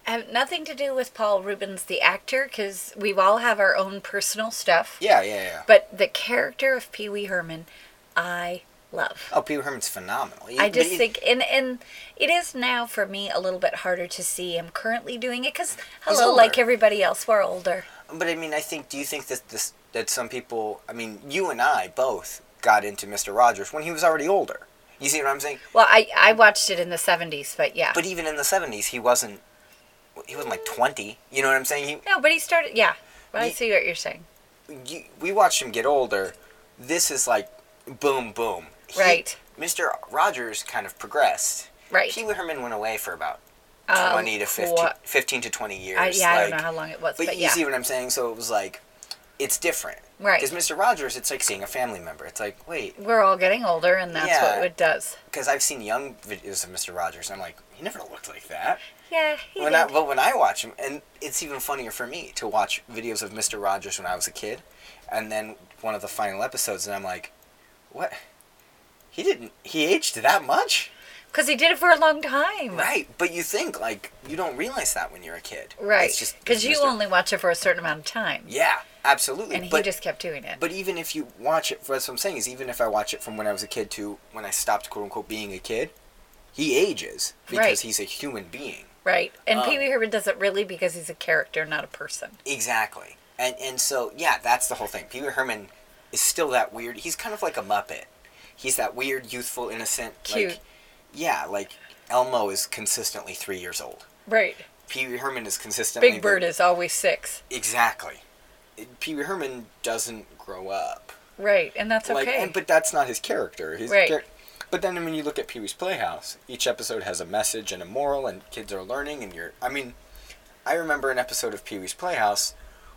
[SPEAKER 2] have nothing to do with Paul Rubens the actor because we all have our own personal stuff.
[SPEAKER 1] Yeah, yeah, yeah.
[SPEAKER 2] But the character of Pee Wee Herman, I love.
[SPEAKER 1] Oh, Pee Wee Herman's phenomenal. He-
[SPEAKER 2] I
[SPEAKER 1] but
[SPEAKER 2] just
[SPEAKER 1] he-
[SPEAKER 2] think and and it is now for me a little bit harder to see him currently doing it because
[SPEAKER 1] He's
[SPEAKER 2] hello, like
[SPEAKER 1] older.
[SPEAKER 2] everybody else, we're older.
[SPEAKER 1] But I mean, I think, do you think that this that some people, I mean, you and I both got into Mr. Rogers when he was already older. You see what I'm saying?
[SPEAKER 2] Well, I I watched it in the '70s, but yeah.
[SPEAKER 1] But even in the 70s, he wasn't, he wasn't like 20. You know what I'm saying? He,
[SPEAKER 2] no, but he started. Yeah, well, I
[SPEAKER 1] Ye-
[SPEAKER 2] see what you're saying.
[SPEAKER 1] you, we watched him get older. This is like boom, boom. He-
[SPEAKER 2] Right.
[SPEAKER 1] Mr. Rogers kind of progressed.
[SPEAKER 2] Right.
[SPEAKER 1] Pee Wee Herman went away for about
[SPEAKER 2] Um,
[SPEAKER 1] 20 to 15,
[SPEAKER 2] wha-
[SPEAKER 1] 15 to 20 years.
[SPEAKER 2] I, yeah, I don't
[SPEAKER 1] like-
[SPEAKER 2] know how long it was,
[SPEAKER 1] But,
[SPEAKER 2] but,
[SPEAKER 1] you
[SPEAKER 2] yeah.
[SPEAKER 1] see what I'm saying? So it was like, it's different.
[SPEAKER 2] Right.
[SPEAKER 1] Because Mr. Rogers, it's like seeing a family member. It's like, wait,
[SPEAKER 2] we're all getting older, and that's
[SPEAKER 1] Yeah.
[SPEAKER 2] what it does.
[SPEAKER 1] because I've seen young videos of Mr. Rogers, and I'm like, he never looked like that.
[SPEAKER 2] Yeah, he
[SPEAKER 1] When
[SPEAKER 2] did.
[SPEAKER 1] I, but when I watch him, and it's even funnier for me to watch videos of Mister Rogers when I was a kid, and then one of the final episodes, and I'm like, what? He didn't. He aged that much,
[SPEAKER 2] Because he did it for a long time.
[SPEAKER 1] right? But you think like you don't realize that when you're a kid,
[SPEAKER 2] Right.
[SPEAKER 1] It's just
[SPEAKER 2] Because you
[SPEAKER 1] Mr.
[SPEAKER 2] only watch it for a certain amount of time.
[SPEAKER 1] Yeah, absolutely.
[SPEAKER 2] and he
[SPEAKER 1] but,
[SPEAKER 2] just kept doing it.
[SPEAKER 1] But even if you watch it, that's what I'm saying is even if I watch it from when I was a kid to when I stopped quote unquote being a kid, he ages because
[SPEAKER 2] Right.
[SPEAKER 1] he's a human being.
[SPEAKER 2] right. And
[SPEAKER 1] um,
[SPEAKER 2] Pee Wee Herman does it really because he's a character, not a person.
[SPEAKER 1] Exactly. And and so yeah, that's the whole thing. Peter Herman is still that weird. He's kind of like a Muppet. He's that weird, youthful, innocent.
[SPEAKER 2] Cute.
[SPEAKER 1] Like, yeah, like Elmo is consistently three years old.
[SPEAKER 2] Right.
[SPEAKER 1] Pee Wee Herman is consistently
[SPEAKER 2] Big Bird is always six.
[SPEAKER 1] exactly. Pee Wee Herman doesn't grow up.
[SPEAKER 2] Right. And that's
[SPEAKER 1] Like,
[SPEAKER 2] okay.
[SPEAKER 1] and, but that's not his character. His
[SPEAKER 2] Right.
[SPEAKER 1] char- but then when you look at Pee Wee's Playhouse, each episode has a message and a moral, and kids are learning. And you're, I mean, I remember an episode of Pee Wee's Playhouse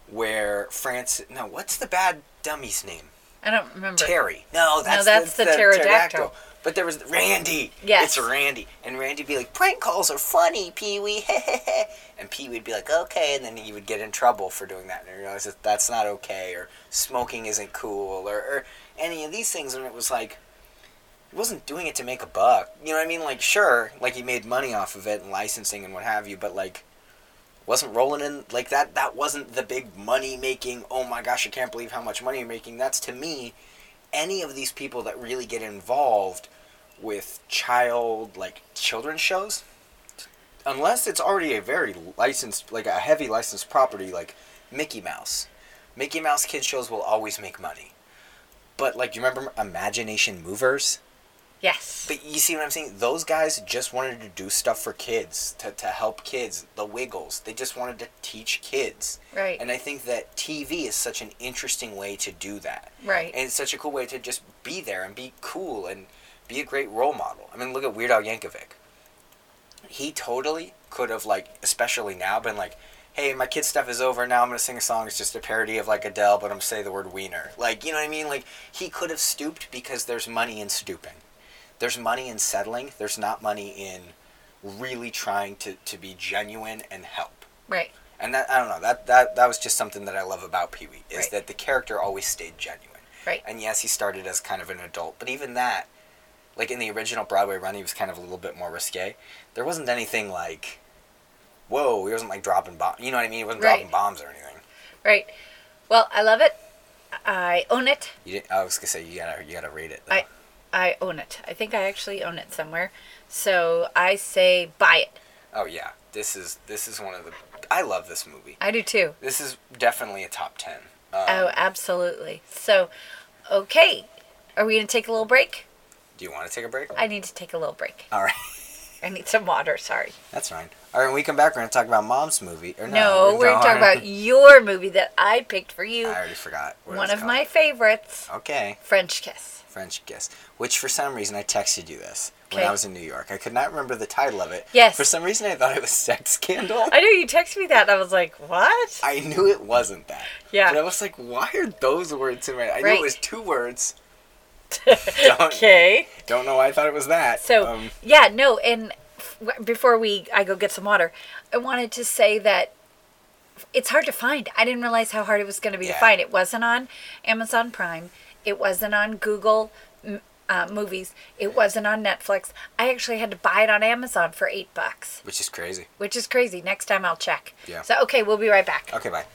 [SPEAKER 1] where France. No, what's the bad dummy's name?
[SPEAKER 2] I don't remember.
[SPEAKER 1] Terry. No, that's,
[SPEAKER 2] that's the pterodactyl.
[SPEAKER 1] But there was Randy.
[SPEAKER 2] Yes.
[SPEAKER 1] It's Randy. And Randy'd be like, prank calls are funny, Pee Wee. [laughs] and Pee Wee'd be like, okay. And then he would get in trouble for doing that. And realize that that's not okay or smoking isn't cool or, or any of these things. And it was like, he wasn't doing it to make a buck. You know what I mean? Like, sure, like he made money off of it and licensing and what have you, but like, wasn't rolling in like that. That wasn't the big money making. Oh my gosh, I can't believe how much money you're making. That's to me any of these people that really get involved with child like children's shows unless it's already a very licensed like a heavy licensed property like Mickey Mouse. Mickey Mouse kids shows will always make money. But like do you remember Imagination Movers?
[SPEAKER 2] Yes.
[SPEAKER 1] But you see what I'm saying? Those guys just wanted to do stuff for kids, to, to help kids, the wiggles. They just wanted to teach kids.
[SPEAKER 2] Right.
[SPEAKER 1] And I think that TV is such an interesting way to do that.
[SPEAKER 2] Right.
[SPEAKER 1] And it's such a cool way to just be there and be cool and be a great role model. I mean, look at Weird Al Yankovic. He totally could have, like, especially now, been like, hey, my kid's stuff is over. Now I'm going to sing a song. It's just a parody of, like, Adele, but I'm going to say the word wiener. Like, you know what I mean? Like, he could have stooped because there's money in stooping there's money in settling there's not money in really trying to, to be genuine and help
[SPEAKER 2] right.
[SPEAKER 1] and that i don't know that, that that was just something that i love about pee-wee is
[SPEAKER 2] Right.
[SPEAKER 1] that the character always stayed genuine
[SPEAKER 2] Right.
[SPEAKER 1] and yes he started as kind of an adult but even that like in the original broadway run he was kind of a little bit more risque there wasn't anything like whoa he wasn't like dropping bombs you know what i mean he wasn't
[SPEAKER 2] Right.
[SPEAKER 1] dropping bombs or anything
[SPEAKER 2] Right. Well, I love it. I own it.
[SPEAKER 1] you didn't, i was gonna say you gotta you gotta rate it though.
[SPEAKER 2] I I own it. I think I actually own it somewhere. So I say buy it.
[SPEAKER 1] oh yeah this is this is one of the i love this movie
[SPEAKER 2] I do too.
[SPEAKER 1] This is definitely a top ten. Um,
[SPEAKER 2] oh, absolutely. So, okay. Are we going to take a little break?
[SPEAKER 1] Do you want to take a break?
[SPEAKER 2] I need to take a little break.
[SPEAKER 1] All right,
[SPEAKER 2] I need some water, sorry.
[SPEAKER 1] that's fine. All right, when we come back, we're gonna talk about mom's movie. Or
[SPEAKER 2] No,
[SPEAKER 1] no
[SPEAKER 2] we're going to talk about your movie that I picked for you.
[SPEAKER 1] I already forgot. what it
[SPEAKER 2] One
[SPEAKER 1] was
[SPEAKER 2] of
[SPEAKER 1] called.
[SPEAKER 2] my favorites,
[SPEAKER 1] Okay,
[SPEAKER 2] French Kiss.
[SPEAKER 1] French Kiss. Which for some reason I texted you this when
[SPEAKER 2] Okay.
[SPEAKER 1] I was in New York. I could not remember the title of it.
[SPEAKER 2] Yes.
[SPEAKER 1] For some reason I thought it was Sex Scandal. [laughs]
[SPEAKER 2] I know you texted me that and I was like, "What?"
[SPEAKER 1] I knew it wasn't that.
[SPEAKER 2] Yeah.
[SPEAKER 1] But I was like, why are those words in my? I knew
[SPEAKER 2] Right.
[SPEAKER 1] it was two
[SPEAKER 2] [laughs]
[SPEAKER 1] words. Don't-
[SPEAKER 2] okay.
[SPEAKER 1] Don't know why I thought it was that.
[SPEAKER 2] So
[SPEAKER 1] Um,
[SPEAKER 2] yeah, no, and f- w- before we I go get some water, I wanted to say that it's hard to find. I didn't realize how hard it was going to be
[SPEAKER 1] Yeah.
[SPEAKER 2] to find. It wasn't on Amazon Prime. It wasn't on Google m- uh, Movies. It wasn't on Netflix. I actually had to buy it on Amazon for eight bucks,
[SPEAKER 1] which is crazy.
[SPEAKER 2] which is crazy. Next time I'll check.
[SPEAKER 1] Yeah.
[SPEAKER 2] So okay, we'll be right back.
[SPEAKER 1] Okay, bye.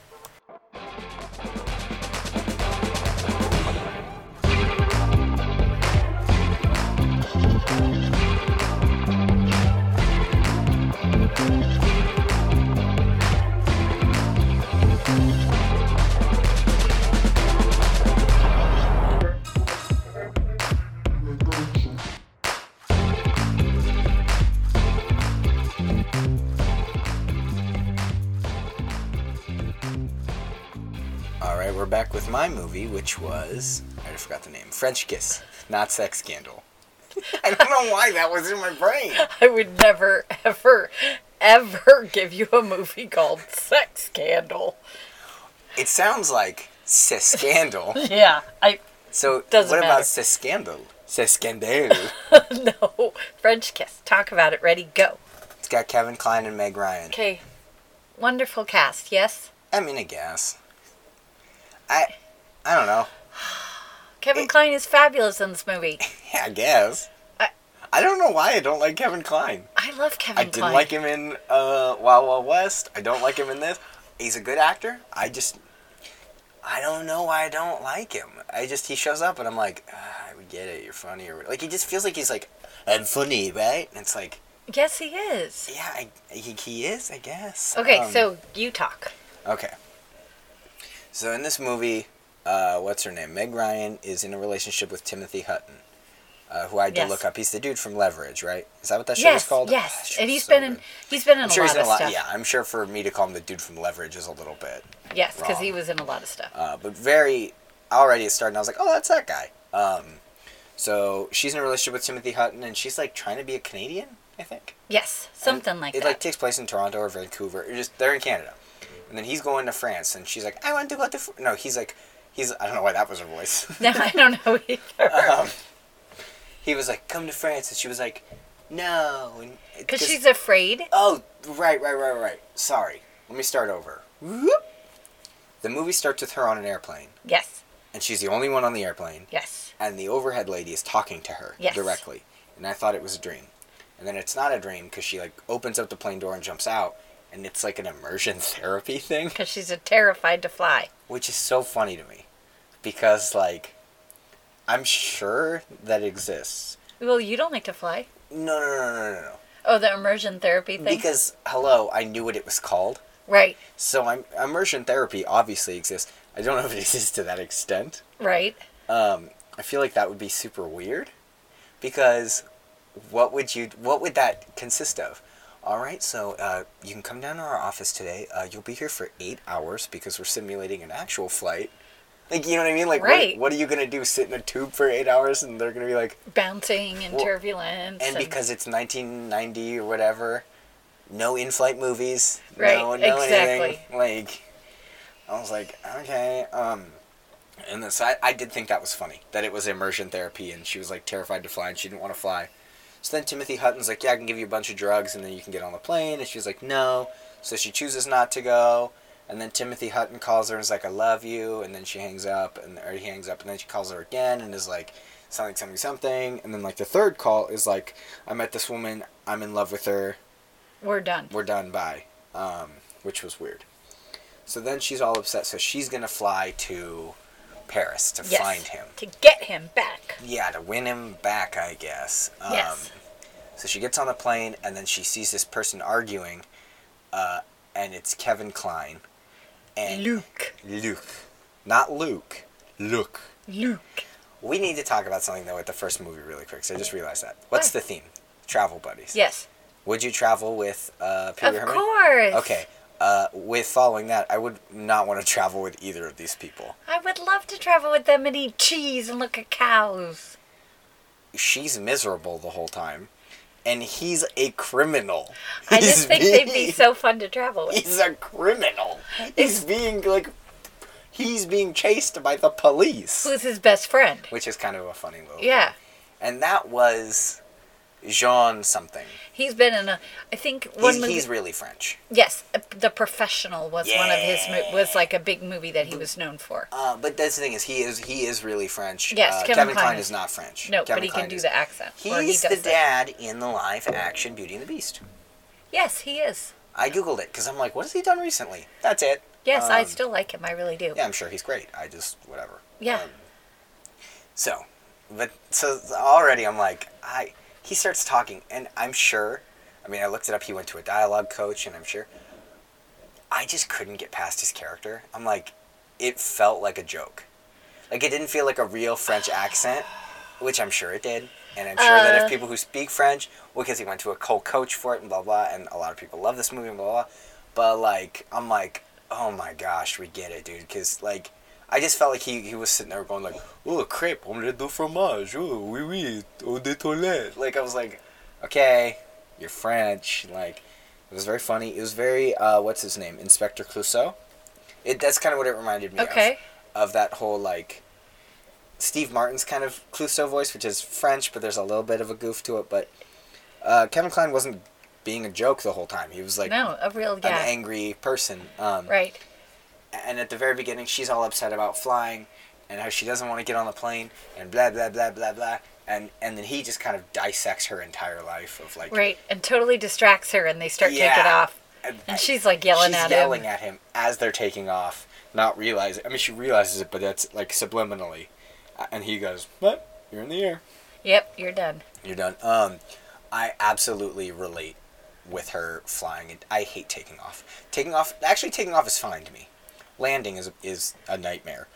[SPEAKER 1] All right, we're back with my movie, which was I already forgot the name. French Kiss, not Sex
[SPEAKER 2] [laughs]
[SPEAKER 1] Scandal. I don't know why that was in my brain.
[SPEAKER 2] I would never, ever, ever give you a movie called Sex Scandal.
[SPEAKER 1] It sounds like Sis Scandal.
[SPEAKER 2] Yeah, I
[SPEAKER 1] So
[SPEAKER 2] Doesn't
[SPEAKER 1] what
[SPEAKER 2] matter.
[SPEAKER 1] about Sis Scandal? Sis Scandal.
[SPEAKER 2] [laughs] no French kiss. Talk about it. Ready? Go.
[SPEAKER 1] It's got Kevin Klein and Meg Ryan.
[SPEAKER 2] Okay. Wonderful cast. Yes.
[SPEAKER 1] I mean, I guess. I, I don't know.
[SPEAKER 2] Kevin
[SPEAKER 1] Eh.
[SPEAKER 2] Klein is fabulous in this movie.
[SPEAKER 1] I guess. I,
[SPEAKER 2] I-
[SPEAKER 1] I don't know why I don't like Kevin Klein.
[SPEAKER 2] I love Kevin
[SPEAKER 1] I didn't
[SPEAKER 2] Klein.
[SPEAKER 1] like him in uh, Wild Wild West. I don't like him in this. He's a good actor. I just, I don't know why I don't like him. I just he shows up and I'm like, ah, we get it. You're funny or like he just feels like he's like, I'm funny, right? And it's like,
[SPEAKER 2] Yes, he is.
[SPEAKER 1] yeah, I, he he is, I guess.
[SPEAKER 2] Okay,
[SPEAKER 1] Um,
[SPEAKER 2] so you talk.
[SPEAKER 1] okay. So in this movie, uh, what's her name? Meg Ryan is in a relationship with Timothy Hutton. Uh, who I did
[SPEAKER 2] Yes.
[SPEAKER 1] look up. He's the dude from Leverage, right? Is that what that show was
[SPEAKER 2] Yes,
[SPEAKER 1] called? Ah, that
[SPEAKER 2] yes,
[SPEAKER 1] show
[SPEAKER 2] and
[SPEAKER 1] was
[SPEAKER 2] he's
[SPEAKER 1] so
[SPEAKER 2] been
[SPEAKER 1] good.
[SPEAKER 2] in he's been in
[SPEAKER 1] I'm
[SPEAKER 2] a
[SPEAKER 1] sure
[SPEAKER 2] lot
[SPEAKER 1] he's
[SPEAKER 2] of
[SPEAKER 1] in a lot.
[SPEAKER 2] stuff.
[SPEAKER 1] Yeah, I'm sure for me to call him the dude from Leverage is a little bit,
[SPEAKER 2] Yes, because he
[SPEAKER 1] Wrong.
[SPEAKER 2] was in a lot of stuff.
[SPEAKER 1] uh, but very already it started. And I was like, oh, that's that guy. Um, so she's in a relationship with Timothy Hutton, and she's like trying to be a Canadian, I think.
[SPEAKER 2] Yes,
[SPEAKER 1] And
[SPEAKER 2] something like
[SPEAKER 1] it
[SPEAKER 2] that.
[SPEAKER 1] like takes place in Toronto or Vancouver. Or just they're in Canada, and then he's going to France, and she's like, I want to go to. Fr-. No, he's like, he's I don't know why that was her voice. [laughs]
[SPEAKER 2] [laughs] no, I don't know [laughs] either.
[SPEAKER 1] um, he was like, come to France, and she was like, no, and-
[SPEAKER 2] Because she's afraid.
[SPEAKER 1] Oh, right, right, right, right. Sorry. Let me start over. Whoop. The movie starts with her on an airplane,
[SPEAKER 2] Yes,
[SPEAKER 1] and she's the only one on the airplane,
[SPEAKER 2] yes,
[SPEAKER 1] and the overhead lady is talking to her
[SPEAKER 2] Yes.
[SPEAKER 1] directly. And I thought it was a dream. And then it's not a dream because she like opens up the plane door and jumps out, and it's like an immersion [laughs] therapy thing,
[SPEAKER 2] because she's a terrified to fly.
[SPEAKER 1] which is so funny to me because like I'm sure that exists.
[SPEAKER 2] Well, you don't like to fly.
[SPEAKER 1] No, no, no, no, no, no.
[SPEAKER 2] Oh, the immersion therapy thing.
[SPEAKER 1] Because hello, I knew what it was called.
[SPEAKER 2] right,
[SPEAKER 1] So I'm immersion therapy obviously exists. I don't know if it [laughs] exists to that extent.
[SPEAKER 2] right.
[SPEAKER 1] Um, I feel like that would be super weird, because what would you what would that consist of? All right, so uh, you can come down to our office today. Uh, you'll be here for eight hours because we're simulating an actual flight. Like you know what I mean? Like what-
[SPEAKER 2] Right.
[SPEAKER 1] what, are you gonna do? Sit in a tube for eight hours and they're gonna be like,
[SPEAKER 2] Bouncing and
[SPEAKER 1] Well,
[SPEAKER 2] turbulence.
[SPEAKER 1] and because it's 1990 or whatever, no in-flight movies,
[SPEAKER 2] Right,
[SPEAKER 1] no, no
[SPEAKER 2] exactly.
[SPEAKER 1] anything. Like, I was like, okay, um, and then, so I, I did think that was funny that it was immersion therapy, and she was like terrified to fly and she didn't want to fly. So then Timothy Hutton's like, yeah, I can give you a bunch of drugs and then you can get on the plane, and she's like, no. So she chooses not to go. And then Timothy Hutton calls her and is like, "I love you," and then she hangs up, and or he hangs up, and then she calls her again and is like, "Something, something, something," and then like the third call is like, "I met this woman, I'm in love with her,
[SPEAKER 2] we're done.
[SPEAKER 1] we're done, bye," um, which was weird. So then she's all upset, so she's gonna fly to Paris to
[SPEAKER 2] yes.
[SPEAKER 1] find him.
[SPEAKER 2] To get him back.
[SPEAKER 1] Yeah, to win him back, I guess. Um,
[SPEAKER 2] Yes.
[SPEAKER 1] So she gets on the plane, and then she sees this person arguing, uh, and it's Kevin Klein. And
[SPEAKER 2] Luke.
[SPEAKER 1] Luke. Not Luke. Luke.
[SPEAKER 2] Luke.
[SPEAKER 1] We need to talk about something though at the first movie really quick. So I just realized that. What's the theme? Travel buddies.
[SPEAKER 2] Yes.
[SPEAKER 1] Would you travel with uh, Peter
[SPEAKER 2] Of
[SPEAKER 1] Herman?
[SPEAKER 2] course.
[SPEAKER 1] Okay. Uh, with following that, I would not want to travel with either of these people.
[SPEAKER 2] I would love to travel with them and eat cheese and look at cows.
[SPEAKER 1] She's miserable the whole time, and he's a criminal.
[SPEAKER 2] I just
[SPEAKER 1] He's
[SPEAKER 2] think they'd be
[SPEAKER 1] being- [laughs]
[SPEAKER 2] so fun to travel with.
[SPEAKER 1] He's a criminal. He's being like, he's being chased by the police,
[SPEAKER 2] Who's his best friend?
[SPEAKER 1] which is kind of a funny little. thing.
[SPEAKER 2] Yeah.
[SPEAKER 1] and that was Jean something.
[SPEAKER 2] He's been in a. I think one
[SPEAKER 1] He's,
[SPEAKER 2] movie.
[SPEAKER 1] he's really French.
[SPEAKER 2] yes, uh, The Professional was one of his. mo- Was like a big movie that he was known for.
[SPEAKER 1] Uh, but that's the thing is he is he is really French.
[SPEAKER 2] Yes,
[SPEAKER 1] Uh,
[SPEAKER 2] Kevin Kline
[SPEAKER 1] Klein
[SPEAKER 2] is-
[SPEAKER 1] is not French.
[SPEAKER 2] No,
[SPEAKER 1] Kevin
[SPEAKER 2] but he
[SPEAKER 1] Kline
[SPEAKER 2] can do
[SPEAKER 1] is-
[SPEAKER 2] the accent. or he
[SPEAKER 1] He's the
[SPEAKER 2] does it.
[SPEAKER 1] dad in the live action Beauty and the Beast.
[SPEAKER 2] Yes, he is.
[SPEAKER 1] I googled it because I'm like, what has he done recently? That's it.
[SPEAKER 2] Yes, I
[SPEAKER 1] Um,
[SPEAKER 2] still like him. I really do.
[SPEAKER 1] Yeah, I'm sure he's great. I just whatever. Um,
[SPEAKER 2] Yeah.
[SPEAKER 1] So, but so already I'm like, I he starts talking, and I'm sure. I mean, I looked it up. He went to a dialogue coach, and I'm sure. I just couldn't get past his character. I'm like, it felt like a joke. Like it didn't feel like a real French accent, which I'm sure it did. And I'm sure that if people who speak French, because he went to a cold coach for it and blah blah, and a lot of people love this movie and blah blah. But like, I'm like, oh my gosh, we get it, dude. Because like, I just felt like he, he was sitting there going like, oh crepe, omelette de fromage, oh oui oui, au de toilette. Like I was like, okay, you're French. Like, it was very funny. It was very uh, what's his name, Inspector Clouseau. It that's kind of what it reminded me
[SPEAKER 2] Okay.
[SPEAKER 1] of. Of that whole like Steve Martin's kind of Clouseau voice, which is French, but there's a little bit of a goof to it. But uh, Kevin Klein wasn't being a joke the whole time. He was like
[SPEAKER 2] No, a real
[SPEAKER 1] an
[SPEAKER 2] guy.
[SPEAKER 1] angry person. Um,
[SPEAKER 2] Right.
[SPEAKER 1] and at the very beginning, she's all upset about flying and how she doesn't want to get on the plane and blah blah blah blah blah. And and then he just kind of dissects her entire life of like
[SPEAKER 2] Right. And totally distracts her, and they start taking
[SPEAKER 1] Yeah.
[SPEAKER 2] off,
[SPEAKER 1] And-
[SPEAKER 2] and she's like yelling
[SPEAKER 1] she's
[SPEAKER 2] at
[SPEAKER 1] yelling
[SPEAKER 2] him.
[SPEAKER 1] at him as they're taking off, not realizing. I mean, she realizes it, but that's like subliminally. Uh, And he goes, "What? You're in the air.
[SPEAKER 2] Yep, you're done.
[SPEAKER 1] You're done." Um, I absolutely relate with her flying. and I hate taking off. Taking off, actually, taking off is fine to me. Landing is is a nightmare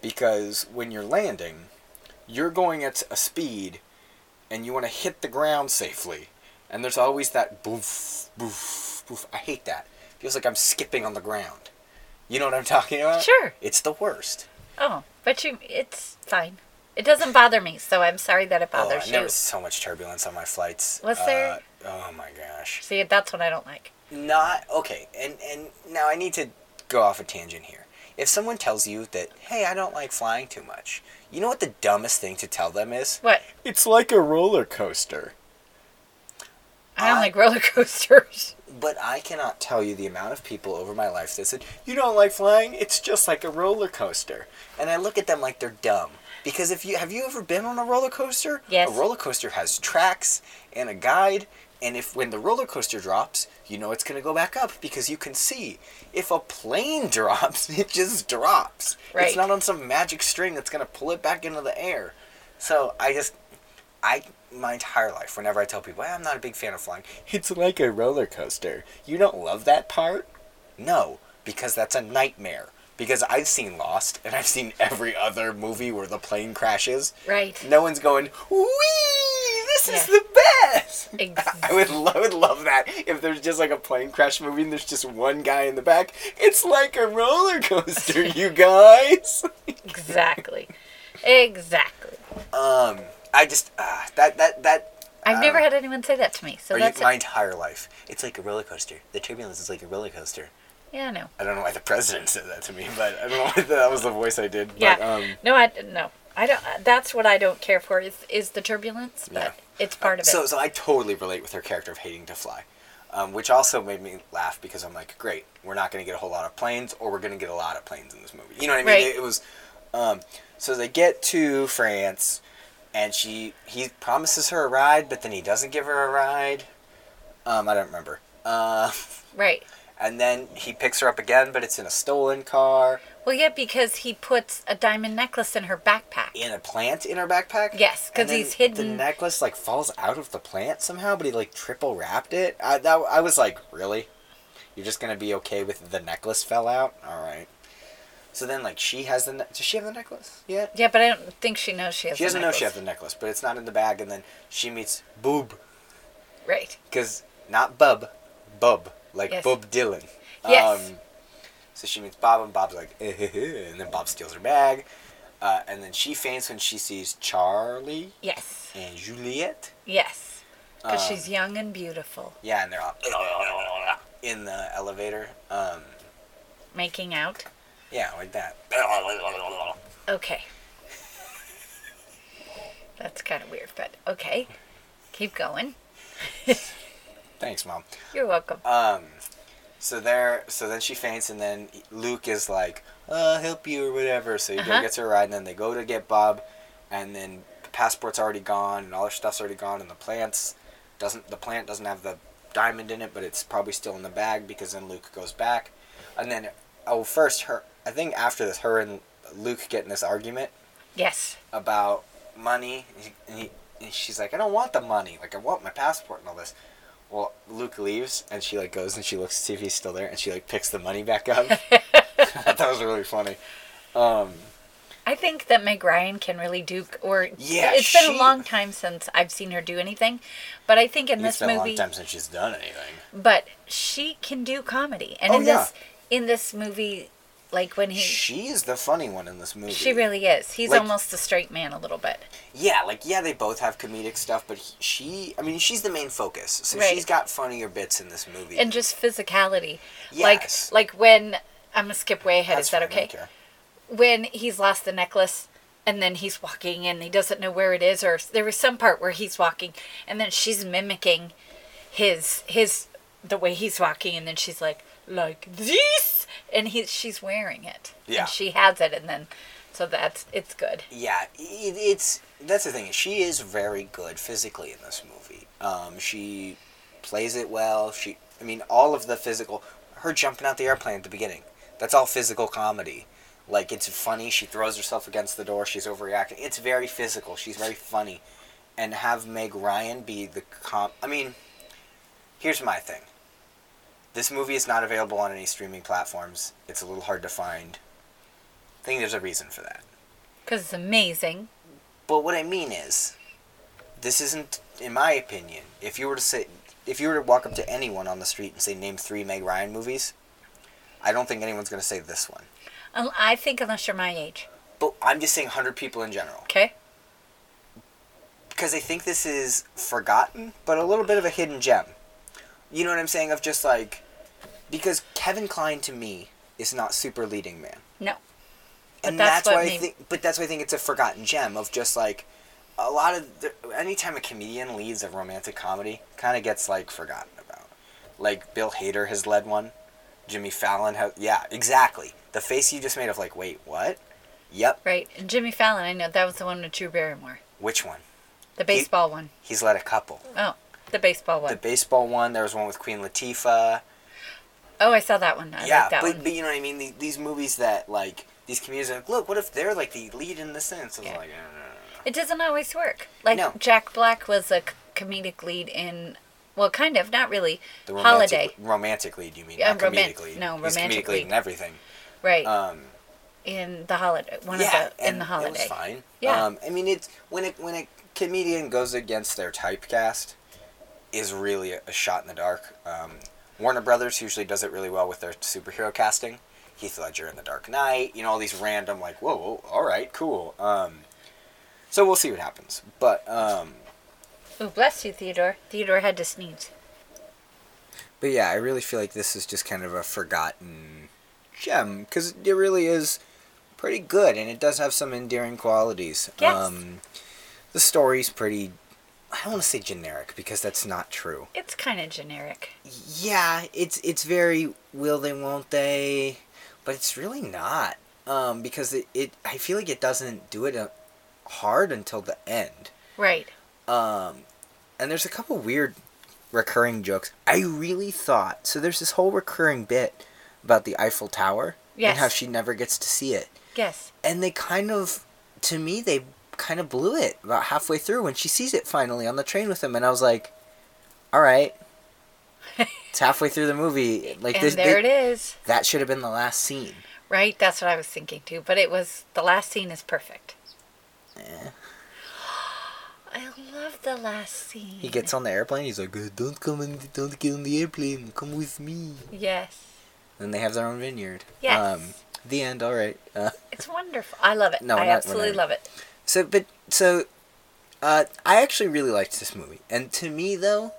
[SPEAKER 1] because when you're landing, you're going at a speed, and you want to hit the ground safely. And there's always that boof, boof, boof. I hate that. Feels like I'm skipping on the ground. You know what I'm talking about?
[SPEAKER 2] Sure.
[SPEAKER 1] It's the worst.
[SPEAKER 2] Oh, but you, it's fine. It doesn't bother me, so I'm sorry that it
[SPEAKER 1] Oh,
[SPEAKER 2] bothers
[SPEAKER 1] and
[SPEAKER 2] you.
[SPEAKER 1] there was so much turbulence on my flights.
[SPEAKER 2] Was there?
[SPEAKER 1] Uh, oh my gosh.
[SPEAKER 2] See, that's what I don't like.
[SPEAKER 1] not okay and and now i need to go off a tangent here if someone tells you that hey i don't like flying too much you know what the dumbest thing to tell them is
[SPEAKER 2] What?
[SPEAKER 1] it's like a roller coaster
[SPEAKER 2] I don't
[SPEAKER 1] I-
[SPEAKER 2] like roller coasters. [laughs]
[SPEAKER 1] but i cannot tell you the amount of people over my life that said you don't like flying it's just like a roller coaster and i look at them like they're dumb because if you have you ever been on a roller coaster
[SPEAKER 2] Yes.
[SPEAKER 1] a roller coaster has tracks and a guide and if when the roller coaster drops you know it's going to go back up because you can see if a plane [laughs] drops it just drops
[SPEAKER 2] Right.
[SPEAKER 1] it's not on some magic string that's going to pull it back into the air So I just, I my entire life, whenever I tell people "Ah, I'm not a big fan of flying, it's like a roller coaster. You don't love that part? No, because that's a nightmare. Because I've seen Lost and I've seen every other movie where the plane crashes.
[SPEAKER 2] Right.
[SPEAKER 1] [laughs] No one's going, wee, this is
[SPEAKER 2] Yeah.
[SPEAKER 1] the best. [laughs]
[SPEAKER 2] Ex-
[SPEAKER 1] I would, lo- I would love that if there's just like a plane crash movie and there's just one guy in the back. It's like a roller coaster, [laughs] you guys.
[SPEAKER 2] exactly. Exactly.
[SPEAKER 1] Um, I just uh, that that that
[SPEAKER 2] I've never had anyone say that to me, so
[SPEAKER 1] or Uh, you,
[SPEAKER 2] that's
[SPEAKER 1] my
[SPEAKER 2] it.
[SPEAKER 1] entire life. It's like a roller coaster. The turbulence is like a roller coaster.
[SPEAKER 2] Yeah, no.
[SPEAKER 1] I don't know why the president said that to me, but I don't know why that was the voice I did. But,
[SPEAKER 2] Yeah.
[SPEAKER 1] Um,
[SPEAKER 2] no, I no. I don't. That's what I don't care for is is the turbulence, but
[SPEAKER 1] Yeah.
[SPEAKER 2] it's part of it.
[SPEAKER 1] so so I totally relate with her character of hating to fly, um, which also made me laugh because I'm like, great, we're not going to get a whole lot of planes, or we're going to get a lot of planes in this movie. You know what I mean?
[SPEAKER 2] Right.
[SPEAKER 1] It, it was. Um, so they get to France, and she he promises her a ride, but then he doesn't give her a ride. Um, I don't remember. Uh,
[SPEAKER 2] right.
[SPEAKER 1] and then he picks her up again, but it's in a stolen car
[SPEAKER 2] Well, yeah, because he puts a diamond necklace in her backpack.
[SPEAKER 1] in a plant in her backpack.
[SPEAKER 2] Yes, 'cause
[SPEAKER 1] And then
[SPEAKER 2] he's hidden-
[SPEAKER 1] The necklace like falls out of the plant somehow, but he like triple wrapped it. I that I was like, really? You're just gonna be okay with the necklace fell out? All right. So then like she has the ne- does she have the necklace yet?
[SPEAKER 2] Yeah, but I don't think she knows she has.
[SPEAKER 1] She
[SPEAKER 2] the
[SPEAKER 1] doesn't know she has
[SPEAKER 2] necklace.
[SPEAKER 1] the necklace, but it's not in the bag. And then she meets Boob,
[SPEAKER 2] Right.
[SPEAKER 1] because not Bub, Bub, like
[SPEAKER 2] Yes.
[SPEAKER 1] Bob Dylan. Um,
[SPEAKER 2] Yes.
[SPEAKER 1] so she meets Bob, and Bob's like, "Eh, eh, eh," and then Bob steals her bag, uh, and then she faints when she sees Charlie
[SPEAKER 2] Yes.
[SPEAKER 1] and Juliet.
[SPEAKER 2] Yes. Because
[SPEAKER 1] Um,
[SPEAKER 2] she's young and beautiful,
[SPEAKER 1] Yeah, and they're all in the elevator. Um,
[SPEAKER 2] making out.
[SPEAKER 1] yeah, like that.
[SPEAKER 2] Okay. [laughs] That's kind of weird, but okay. Keep going.
[SPEAKER 1] Thanks, mom.
[SPEAKER 2] You're welcome.
[SPEAKER 1] Um, so there, so then she faints, and then Luke is like, "Uh, "I'll help you" or whatever. So he go
[SPEAKER 2] Uh-huh.
[SPEAKER 1] gets her a ride, and then they go to get Bob, and then the passport's already gone, and all her stuff's already gone, and the plants doesn't. The plant doesn't have the diamond in it, but it's probably still in the bag because then Luke goes back, and then oh, first her. I think after this, her and Luke get in this argument
[SPEAKER 2] Yes.
[SPEAKER 1] about money, and, he, and, he, and she's like, "I don't want the money. Like, I want my passport and all this." Well, Luke leaves, and she like goes and she looks to see if he's still there, and she like picks the money back
[SPEAKER 2] [laughs]
[SPEAKER 1] up. [laughs] that was really funny. Um,
[SPEAKER 2] I think that Meg Ryan can really do, or
[SPEAKER 1] Yeah,
[SPEAKER 2] it's been
[SPEAKER 1] she-
[SPEAKER 2] a long time since I've seen her do anything, but I think in
[SPEAKER 1] it's
[SPEAKER 2] this
[SPEAKER 1] been a
[SPEAKER 2] movie,
[SPEAKER 1] long time since she's done anything.
[SPEAKER 2] but she can do comedy, and
[SPEAKER 1] Oh,
[SPEAKER 2] in this in this movie, like when he, she,
[SPEAKER 1] She is the funny one in this movie.
[SPEAKER 2] really is. He's
[SPEAKER 1] Like-
[SPEAKER 2] almost a straight man a little bit.
[SPEAKER 1] Yeah, like yeah, they both have comedic stuff, but he, she, I mean, she's the main focus, so
[SPEAKER 2] Right.
[SPEAKER 1] she's got funnier bits in this movie.
[SPEAKER 2] and just physicality.
[SPEAKER 1] Yes.
[SPEAKER 2] Like like when I'm gonna skip way ahead.
[SPEAKER 1] That's
[SPEAKER 2] Is that
[SPEAKER 1] fine, I don't
[SPEAKER 2] okay?
[SPEAKER 1] care.
[SPEAKER 2] When he's lost the necklace, and then he's walking, and he doesn't know where it is, or there was some part where he's walking, and then she's mimicking his his the way he's walking, and then she's like like this, and he she's wearing it.
[SPEAKER 1] Yeah.
[SPEAKER 2] And she has it, and then so that's it's good.
[SPEAKER 1] yeah it, it's that's the thing she is very good physically in this movie um, she plays it well she i mean all of the physical her jumping out the airplane at the beginning that's all physical comedy like it's funny she throws herself against the door she's overreacting it's very physical she's very funny and have meg ryan be the com i mean here's my thing this movie is not available on any streaming platforms it's a little hard to find i think there's a reason for that
[SPEAKER 2] Because it's amazing.
[SPEAKER 1] but what I mean is, this isn't, in my opinion, if you were to say, if you were to walk up to anyone on the street and say, name three Meg Ryan movies, I don't think anyone's going to say this one.
[SPEAKER 2] Un- I think unless you're my age.
[SPEAKER 1] But I'm just saying 100 people in general.
[SPEAKER 2] Okay.
[SPEAKER 1] Because I think this is forgotten, but a little bit of a hidden gem. You know what I'm saying? Of just like, because Kevin Klein to me is not super leading man.
[SPEAKER 2] No. But
[SPEAKER 1] and that's,
[SPEAKER 2] that's what
[SPEAKER 1] why I
[SPEAKER 2] made-
[SPEAKER 1] think. But that's why I think it's a forgotten gem of just like a lot of the, anytime a comedian leads a romantic comedy, kind of gets like forgotten about. Like Bill Hader has led one, Jimmy Fallon has. Yeah, exactly. The face you just made of like, wait, what? Yep.
[SPEAKER 2] Right. And Jimmy Fallon, I know that was the one with Drew Barrymore,
[SPEAKER 1] Which one?
[SPEAKER 2] the baseball one.
[SPEAKER 1] He's led a couple.
[SPEAKER 2] Oh, the baseball
[SPEAKER 1] The
[SPEAKER 2] one.
[SPEAKER 1] baseball one. There was one with Queen Latifah.
[SPEAKER 2] oh, I saw that one. I
[SPEAKER 1] yeah,
[SPEAKER 2] like that
[SPEAKER 1] but,
[SPEAKER 2] one.
[SPEAKER 1] but you know what I mean. These, these movies that like these comedians are like, look, what if they're like the lead in the sense? I was
[SPEAKER 2] Yeah.
[SPEAKER 1] like, no, no, no, no, no.
[SPEAKER 2] It doesn't always work. Like
[SPEAKER 1] No.
[SPEAKER 2] Jack Black was a c- comedic lead in, well, kind of, not really.
[SPEAKER 1] The romantic,
[SPEAKER 2] Holiday,
[SPEAKER 1] romantic lead, you mean?
[SPEAKER 2] Yeah,
[SPEAKER 1] not
[SPEAKER 2] roman-
[SPEAKER 1] comedic lead.
[SPEAKER 2] no,
[SPEAKER 1] He's
[SPEAKER 2] romantic
[SPEAKER 1] comedic lead
[SPEAKER 2] lead.
[SPEAKER 1] in everything.
[SPEAKER 2] right?
[SPEAKER 1] Um,
[SPEAKER 2] in the holiday, one
[SPEAKER 1] yeah,
[SPEAKER 2] of the in
[SPEAKER 1] and
[SPEAKER 2] the holiday.
[SPEAKER 1] it was fine.
[SPEAKER 2] Yeah.
[SPEAKER 1] Um, I mean, it's when it when a comedian goes against their typecast, is really a shot in the dark. Um, Warner Brothers usually does it really well with their superhero casting. Heath Ledger in The Dark Knight, you know, all these random like, whoa, whoa all right, cool. Um, so we'll see what happens, but um,
[SPEAKER 2] Ooh, bless you, Theodore. Theodore had to sneeze.
[SPEAKER 1] But yeah, I really feel like this is just kind of a forgotten gem because it really is pretty good and it does have some endearing qualities.
[SPEAKER 2] Yes.
[SPEAKER 1] Um, the story's pretty. I don't want to say generic because that's not true.
[SPEAKER 2] It's kind of generic.
[SPEAKER 1] Yeah, it's it's very will they won't they, but it's really not um, because it, it I feel like it doesn't do it uh, hard until the end.
[SPEAKER 2] Right.
[SPEAKER 1] Um, and there's a couple weird recurring jokes. I really thought so. There's this whole recurring bit about the Eiffel Tower
[SPEAKER 2] Yes.
[SPEAKER 1] and how she never gets to see it.
[SPEAKER 2] Yes.
[SPEAKER 1] And they kind of, to me, they kind of blew it about halfway through when she sees it finally on the train with him. And I was like, all
[SPEAKER 2] [laughs]
[SPEAKER 1] right, it's halfway through the movie. Like
[SPEAKER 2] and
[SPEAKER 1] this,
[SPEAKER 2] there
[SPEAKER 1] they-
[SPEAKER 2] it is.
[SPEAKER 1] that should have been the last scene.
[SPEAKER 2] Right? That's what I was thinking too. But it was the last scene is perfect.
[SPEAKER 1] Eh.
[SPEAKER 2] I love the last scene.
[SPEAKER 1] He gets on the airplane. He's like, "Uh, "Don't come in, don't get on the airplane. Come with me."
[SPEAKER 2] Yes.
[SPEAKER 1] Then they have their own vineyard. Um,
[SPEAKER 2] Yes.
[SPEAKER 1] the end. All right. Uh,
[SPEAKER 2] It's wonderful. I love it.
[SPEAKER 1] No, we're
[SPEAKER 2] I
[SPEAKER 1] not- we're
[SPEAKER 2] absolutely
[SPEAKER 1] not.
[SPEAKER 2] love it.
[SPEAKER 1] So, but so, uh, I actually really liked this movie, and to me though,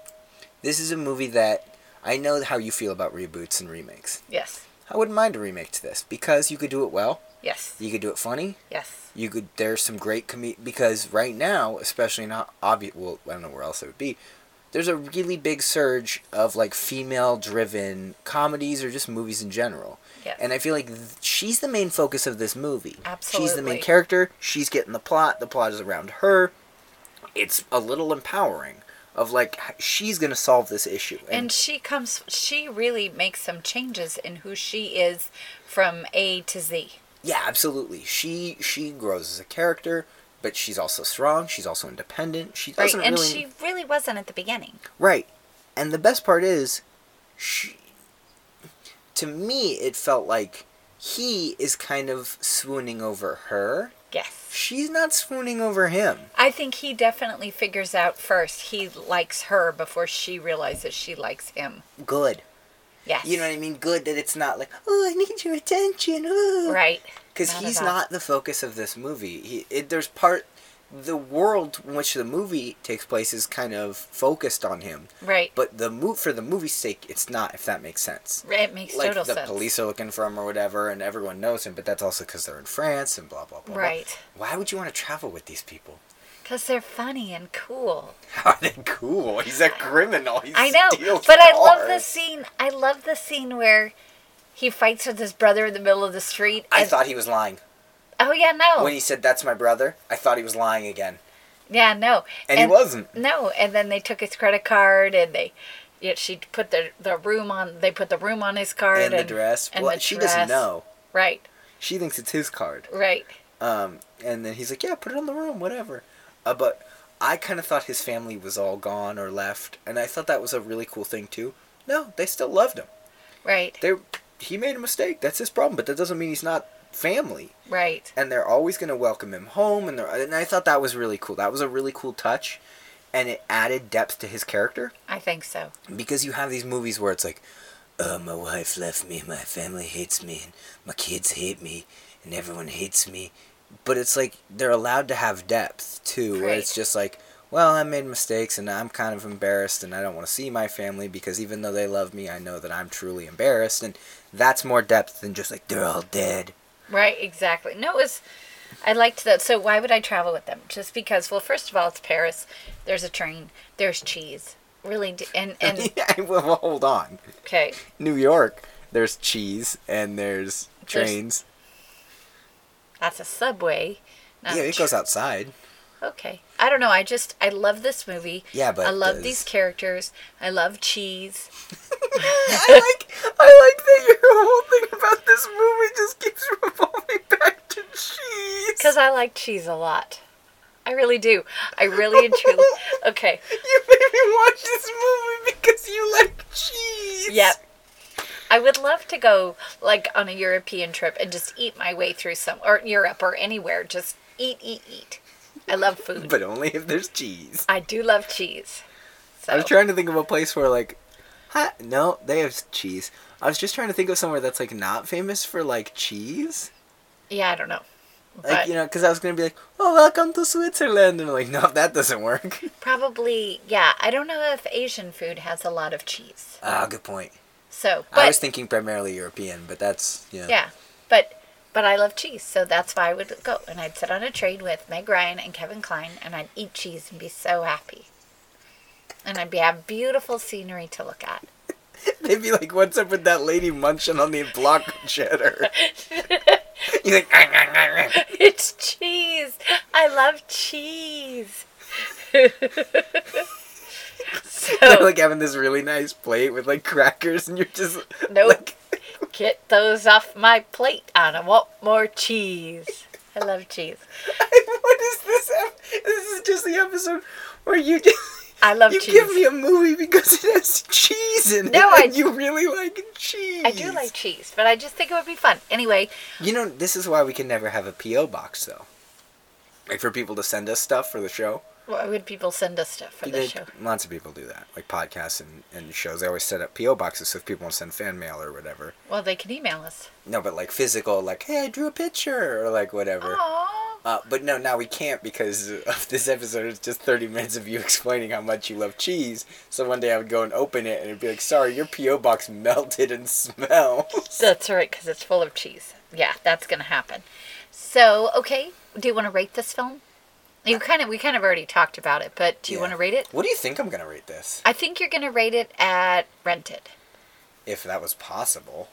[SPEAKER 1] this is a movie that I know how you feel about reboots and remakes.
[SPEAKER 2] Yes.
[SPEAKER 1] I wouldn't mind a remake to this because you could do it well,
[SPEAKER 2] Yes.
[SPEAKER 1] you could do it funny,
[SPEAKER 2] Yes.
[SPEAKER 1] you could. There's some great comedy because right now, especially not obvious. Well, I don't know where else it would be. There's a really big surge of like female-driven comedies or just movies in general.
[SPEAKER 2] Yes.
[SPEAKER 1] And I feel like th- she's the main focus of this movie. She's the
[SPEAKER 2] Absolutely.
[SPEAKER 1] main character. She's getting the plot. The plot is around her. It's a little empowering of like h- she's going to solve this issue.
[SPEAKER 2] and she comes she really makes some changes in who she is from A to Z.
[SPEAKER 1] yeah, absolutely. She she grows as a character, but she's also strong. She's also independent. She
[SPEAKER 2] Right.
[SPEAKER 1] doesn't
[SPEAKER 2] And
[SPEAKER 1] really
[SPEAKER 2] she really wasn't at the beginning.
[SPEAKER 1] Right. And the best part is she to me it felt like he is kind of swooning over her.
[SPEAKER 2] Yes.
[SPEAKER 1] She's not swooning over him.
[SPEAKER 2] I think he definitely figures out first he likes her before she realizes she likes him.
[SPEAKER 1] Good.
[SPEAKER 2] Yes.
[SPEAKER 1] You know what I mean? Good that it's not like, oh, I need your attention. Ooh.
[SPEAKER 2] Right.
[SPEAKER 1] Because
[SPEAKER 2] Not at
[SPEAKER 1] he's
[SPEAKER 2] all.
[SPEAKER 1] not the focus of this movie. He, it, there's part, the world in which the movie takes place is kind of focused on him.
[SPEAKER 2] Right.
[SPEAKER 1] But the mo- for the movie's sake, it's not, if that makes sense.
[SPEAKER 2] Right, it makes
[SPEAKER 1] like
[SPEAKER 2] total
[SPEAKER 1] the
[SPEAKER 2] sense.
[SPEAKER 1] police are looking for him or whatever, and everyone knows him. But that's also because they're in France and blah blah blah. blah.
[SPEAKER 2] Right.
[SPEAKER 1] Why would you want to travel with these people? [laughs]
[SPEAKER 2] Because they're funny and cool.
[SPEAKER 1] How are they cool? He's a criminal. He
[SPEAKER 2] I know.
[SPEAKER 1] steals
[SPEAKER 2] But I love the
[SPEAKER 1] cars.
[SPEAKER 2] scene. I love the scene where he fights with his brother in the middle of the street.
[SPEAKER 1] I
[SPEAKER 2] and-
[SPEAKER 1] thought he was lying
[SPEAKER 2] Oh, yeah, no.
[SPEAKER 1] when he said that's my brother. I thought he was lying again,
[SPEAKER 2] yeah, no.
[SPEAKER 1] and, he wasn't.
[SPEAKER 2] No. And then they took his credit card and they. Yeah, she put the the room on. They put the room on his card
[SPEAKER 1] And the dress.
[SPEAKER 2] and
[SPEAKER 1] well,
[SPEAKER 2] the
[SPEAKER 1] she
[SPEAKER 2] dress.
[SPEAKER 1] doesn't know.
[SPEAKER 2] Right,
[SPEAKER 1] She thinks it's his card.
[SPEAKER 2] right.
[SPEAKER 1] Um, and then he's like, "Yeah, put it on the room, whatever." Uh, but I kind of thought his family was all gone or left, and I thought that was a really cool thing too. No, they still loved him.
[SPEAKER 2] Right,
[SPEAKER 1] they he made a mistake. That's his problem, but that doesn't mean he's not family.
[SPEAKER 2] right.
[SPEAKER 1] And they're always going to welcome him home. And they're, and I thought that was really cool. That was a really cool touch, and it added depth to his character
[SPEAKER 2] I think so.
[SPEAKER 1] because you have these movies where it's like, oh, my wife left me, my family hates me, and my kids hate me, and everyone hates me. But it's like they're allowed to have depth too, where
[SPEAKER 2] Right.
[SPEAKER 1] it's just like, well, I made mistakes and I'm kind of embarrassed and I don't want to see my family because even though they love me, I know that I'm truly embarrassed. And that's more depth than just like, they're all dead. [laughs]
[SPEAKER 2] Right, exactly. No, it was. I liked that. So why would I travel with them? Just because? Well, first of all, it's Paris. There's a train. There's cheese. Really, d-
[SPEAKER 1] [laughs]
[SPEAKER 2] and and
[SPEAKER 1] yeah, well, well, hold on.
[SPEAKER 2] okay,
[SPEAKER 1] New York, there's cheese and there's trains.
[SPEAKER 2] that's a subway. not
[SPEAKER 1] yeah,
[SPEAKER 2] a
[SPEAKER 1] it
[SPEAKER 2] tr-
[SPEAKER 1] goes outside.
[SPEAKER 2] Okay, I don't know. I just I love this movie.
[SPEAKER 1] Yeah, but
[SPEAKER 2] I love
[SPEAKER 1] does-
[SPEAKER 2] these characters. I love cheese.
[SPEAKER 1] I like I like that your whole thing about this movie just keeps revolving back to cheese.
[SPEAKER 2] Because I like cheese a lot. I really do. I really
[SPEAKER 1] [laughs]
[SPEAKER 2] and truly. Okay.
[SPEAKER 1] You made me watch this movie because you like cheese.
[SPEAKER 2] Yep. I would love to go like on a European trip and just eat my way through some or Europe or anywhere. Just eat, eat, eat. I love food.
[SPEAKER 1] But only if there's cheese.
[SPEAKER 2] I do love cheese. So
[SPEAKER 1] I was trying to think of a place where like, huh, no, they have cheese. I was just trying to think of somewhere that's like not famous for like cheese.
[SPEAKER 2] yeah, I don't know.
[SPEAKER 1] Like
[SPEAKER 2] But
[SPEAKER 1] you know, because I was gonna be like, oh, welcome to Switzerland, and I'm like, no, that doesn't work. [laughs]
[SPEAKER 2] probably yeah. I don't know if Asian food has a lot of cheese.
[SPEAKER 1] Ah, good point.
[SPEAKER 2] So,
[SPEAKER 1] I
[SPEAKER 2] but
[SPEAKER 1] was thinking primarily European, but that's you know,
[SPEAKER 2] yeah, but but I love cheese, so that's why I would go and I'd sit on a train with Meg Ryan and Kevin Klein, and I'd eat cheese and be so happy. And I'd be have beautiful scenery to look at.
[SPEAKER 1] [laughs] They'd be like, what's up with that lady munching on the block of
[SPEAKER 2] [laughs]
[SPEAKER 1] cheddar? you like, "Ah, ah, ah, ah."
[SPEAKER 2] [laughs] It's cheese. I love cheese. [laughs]
[SPEAKER 1] they're
[SPEAKER 2] so
[SPEAKER 1] like having this really nice plate with like crackers, and you're just
[SPEAKER 2] Nope.
[SPEAKER 1] like,
[SPEAKER 2] [laughs] get those off my plate, and I want more cheese. I love cheese.
[SPEAKER 1] what is this? Ep- this is just the episode where you [laughs] just.
[SPEAKER 2] I love
[SPEAKER 1] you
[SPEAKER 2] cheese.
[SPEAKER 1] give me a movie because it has cheese in it.
[SPEAKER 2] No, I-
[SPEAKER 1] and you really like cheese.
[SPEAKER 2] I do like cheese, but I just think it would be fun. Anyway,
[SPEAKER 1] You know, this is why we can never have a PO box though. Like for people to send us stuff for the show.
[SPEAKER 2] why would people send us stuff for this
[SPEAKER 1] They-
[SPEAKER 2] show?
[SPEAKER 1] Lots of people do that. Like podcasts and, and shows. They always set up PO boxes so if people want to send fan mail or whatever.
[SPEAKER 2] Well, they can email us.
[SPEAKER 1] No, but like physical, like, hey, I drew a picture or like whatever.
[SPEAKER 2] Oh. Aww.
[SPEAKER 1] Uh, but no, now we can't because of this episode is just 30 minutes of you [laughs] explaining how much you love cheese. So one day I would go and open it and it'd be like, sorry, your P.O. box melted and [laughs] smells.
[SPEAKER 2] That's right, because it's full of cheese. Yeah, that's gonna happen. So, okay, do you want to rate this film? You kind of, we kind of already talked about it, but do you
[SPEAKER 1] Yeah.
[SPEAKER 2] want to rate it?
[SPEAKER 1] What do you think I'm going to rate this?
[SPEAKER 2] I think you're gonna rate it at rented.
[SPEAKER 1] If that was possible.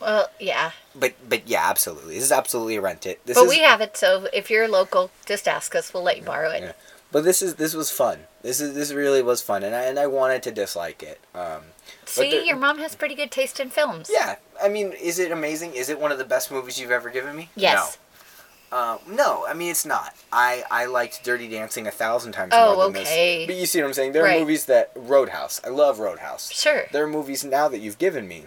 [SPEAKER 2] Well, yeah,
[SPEAKER 1] But but yeah, absolutely. This is absolutely a rent it. This
[SPEAKER 2] but
[SPEAKER 1] is,
[SPEAKER 2] we have it, so if you're local, just ask us. We'll let you borrow it.
[SPEAKER 1] Yeah. But this is this was fun. This is this really was fun, and I and I wanted to dislike it. Um,
[SPEAKER 2] See,
[SPEAKER 1] there-
[SPEAKER 2] your mom has pretty good taste in films.
[SPEAKER 1] yeah, I mean, is it amazing? Is it one of the best movies you've ever given me?
[SPEAKER 2] Yes.
[SPEAKER 1] No. Uh, no, I mean it's not. I, I liked Dirty Dancing a thousand times
[SPEAKER 2] Oh,
[SPEAKER 1] more than
[SPEAKER 2] okay.
[SPEAKER 1] this. But you see what I'm saying? There are
[SPEAKER 2] Right.
[SPEAKER 1] movies that Roadhouse. I love Roadhouse.
[SPEAKER 2] Sure.
[SPEAKER 1] There are movies now that you've given me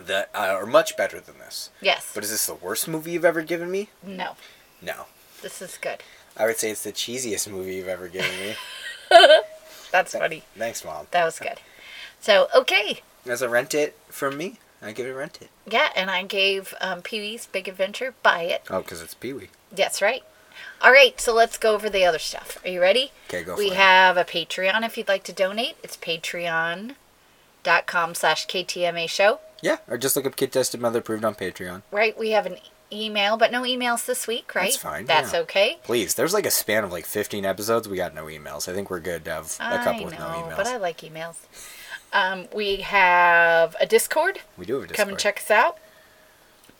[SPEAKER 1] that uh, are much better than this.
[SPEAKER 2] Yes.
[SPEAKER 1] But is this the worst movie you've ever given me?
[SPEAKER 2] no,
[SPEAKER 1] No.
[SPEAKER 2] this is good.
[SPEAKER 1] I would say it's the cheesiest movie you've ever given me.
[SPEAKER 2] That's [laughs] funny.
[SPEAKER 1] Thanks, mom.
[SPEAKER 2] That was good. So, okay.
[SPEAKER 1] As a rent it from me, I give it rent it.
[SPEAKER 2] Yeah, and I gave um, Pee Wee's Big Adventure, buy it.
[SPEAKER 1] Oh, because it's Pee Wee.
[SPEAKER 2] That's right. All right, so let's go over the other stuff. Are you ready?
[SPEAKER 1] Okay, go
[SPEAKER 2] we
[SPEAKER 1] for it.
[SPEAKER 2] have a Patreon if you'd like to donate. It's patreon.com slash KTMA show.
[SPEAKER 1] Yeah, or just look up Kid Tested Mother Approved on Patreon.
[SPEAKER 2] Right, we have an email, but no emails this week, right?
[SPEAKER 1] That's fine,
[SPEAKER 2] That's
[SPEAKER 1] yeah.
[SPEAKER 2] okay.
[SPEAKER 1] Please, there's like a span of like 15 episodes. We got no emails. I think we're good to have a couple
[SPEAKER 2] I
[SPEAKER 1] with no
[SPEAKER 2] know,
[SPEAKER 1] emails.
[SPEAKER 2] but I like emails. Um, we have a Discord.
[SPEAKER 1] we do have a Discord.
[SPEAKER 2] Come and check us out.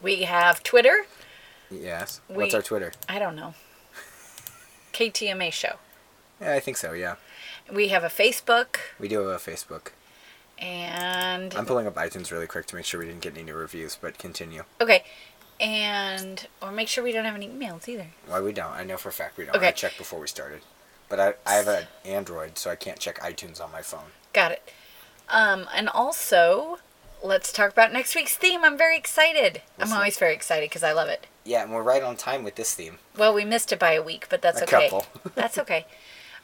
[SPEAKER 2] We have Twitter.
[SPEAKER 1] Yes.
[SPEAKER 2] We-
[SPEAKER 1] What's our Twitter?
[SPEAKER 2] I don't know. KTMA show.
[SPEAKER 1] Yeah, I think so. Yeah,
[SPEAKER 2] We have a Facebook
[SPEAKER 1] we do have a Facebook.
[SPEAKER 2] and
[SPEAKER 1] I'm pulling up iTunes really quick to make sure we didn't get any reviews, but continue.
[SPEAKER 2] okay, and or make sure we don't have any emails either.
[SPEAKER 1] Why we don't? I know for a fact we don't.
[SPEAKER 2] Okay.
[SPEAKER 1] I checked before we started, but I I have an Android, so I can't check iTunes on my phone.
[SPEAKER 2] Got it. Um, and also, let's talk about next week's theme. I'm very excited.
[SPEAKER 1] What's
[SPEAKER 2] I'm
[SPEAKER 1] the-
[SPEAKER 2] always very excited because I love it.
[SPEAKER 1] Yeah, and we're right on time with this theme.
[SPEAKER 2] Well, we missed it by a week, but that's
[SPEAKER 1] A
[SPEAKER 2] okay.
[SPEAKER 1] couple. [laughs]
[SPEAKER 2] that's okay.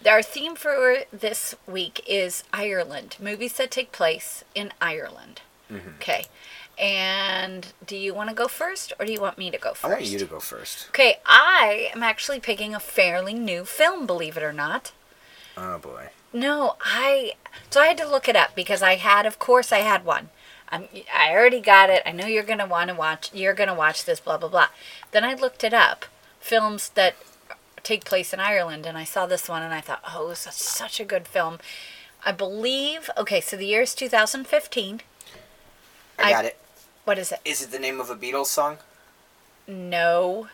[SPEAKER 2] Our theme for this week is Ireland movies that take place in Ireland.
[SPEAKER 1] Mm-hmm.
[SPEAKER 2] Okay. And do you want to go first or do you want me to go first?
[SPEAKER 1] I want you to go first.
[SPEAKER 2] Okay, I am actually picking a fairly new film, believe it or not.
[SPEAKER 1] Oh boy.
[SPEAKER 2] No, I so I had to look it up because I had, of course, I had one. i I already got it. I know you're gonna want to watch. You're gonna watch this. Blah blah blah. Then I looked it up. Films that take place in Ireland, and I saw this one, and I thought, oh, this is such a good film. I believe. Okay, so the year is 2015.
[SPEAKER 1] I,
[SPEAKER 2] I-
[SPEAKER 1] got it.
[SPEAKER 2] What is it?
[SPEAKER 1] Is it the name of a Beatles song?
[SPEAKER 2] No,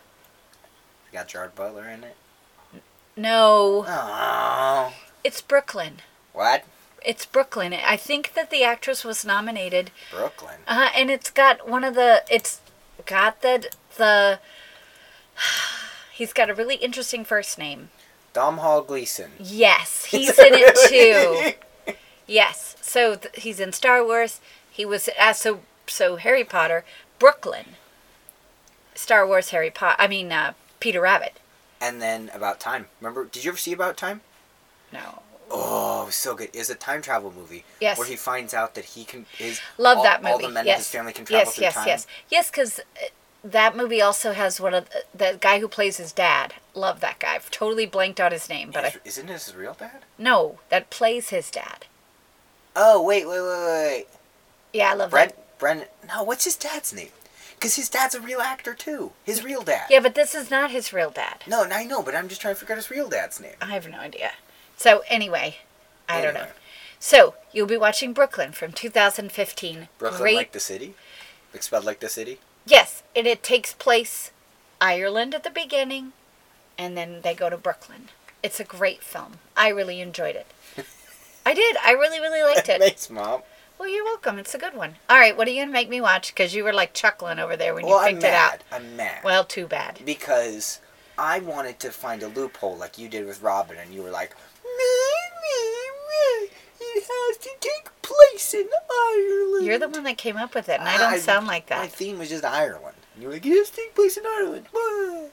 [SPEAKER 1] It got Gerard Butler in it.
[SPEAKER 2] no.
[SPEAKER 1] Oh.
[SPEAKER 2] It's Brooklyn.
[SPEAKER 1] What?
[SPEAKER 2] It's Brooklyn. I think that the actress was nominated
[SPEAKER 1] Brooklyn.
[SPEAKER 2] Uh, and it's got one of the. It's [sighs] got the the. He's got a really interesting first name.
[SPEAKER 1] Dom Hall Gleason.
[SPEAKER 2] Yes, he's in
[SPEAKER 1] [laughs]
[SPEAKER 2] it too. Yes. So th- he's in Star Wars. He was uh, so so Harry Potter, Brooklyn. Star Wars, Harry Potter. I mean, uh, Peter Rabbit.
[SPEAKER 1] And then About Time. Remember? Did you ever see About Time?
[SPEAKER 2] No.
[SPEAKER 1] Oh, so good. It's a time travel movie.
[SPEAKER 2] Yes.
[SPEAKER 1] Where he finds out that he can is
[SPEAKER 2] Love
[SPEAKER 1] all,
[SPEAKER 2] that movie.
[SPEAKER 1] All the men
[SPEAKER 2] yes.
[SPEAKER 1] of his family can travel
[SPEAKER 2] yes,
[SPEAKER 1] through
[SPEAKER 2] yes,
[SPEAKER 1] time.
[SPEAKER 2] yes, yes, because that movie also has one of the, the guy who plays his dad. Love that guy. I've totally blanked on his name, but I,
[SPEAKER 1] Is- Isn't this his real dad?
[SPEAKER 2] no, that plays his dad.
[SPEAKER 1] Oh wait, wait, wait, wait, wait.
[SPEAKER 2] Yeah, I love
[SPEAKER 1] Brent,
[SPEAKER 2] that.
[SPEAKER 1] Brent. No, what's his dad's name? Because his dad's a real actor too. His real dad.
[SPEAKER 2] Yeah, but this is not his real dad.
[SPEAKER 1] No, I know, but I'm just trying to figure out his real dad's name.
[SPEAKER 2] I have no idea. So anyway, I don't know.
[SPEAKER 1] Anyway.
[SPEAKER 2] So you'll be watching Brooklyn from 2015.
[SPEAKER 1] Brooklyn,
[SPEAKER 2] Great.
[SPEAKER 1] like the city. Like spelled like the city.
[SPEAKER 2] yes, and it takes place Ireland at the beginning, and then they go to Brooklyn. It's a great film. I really
[SPEAKER 1] [laughs]
[SPEAKER 2] enjoyed it. I did. I really, really liked it.
[SPEAKER 1] Thanks, mom.
[SPEAKER 2] Well, you're welcome. It's a good one. All right, what are you gonna make me watch? Because you were like chuckling over there when
[SPEAKER 1] Well,
[SPEAKER 2] you
[SPEAKER 1] I'm
[SPEAKER 2] picked it out.
[SPEAKER 1] mad. I'm mad.
[SPEAKER 2] Well, too bad.
[SPEAKER 1] because I wanted to find a loophole like you did with Robin, and you were like, "Me, me, me, it has to take place in Ireland.
[SPEAKER 2] You're the one that came up with it, and I don't sound like
[SPEAKER 1] My
[SPEAKER 2] that.
[SPEAKER 1] theme was just Ireland. And you were like, it has to take place in Ireland. Blah.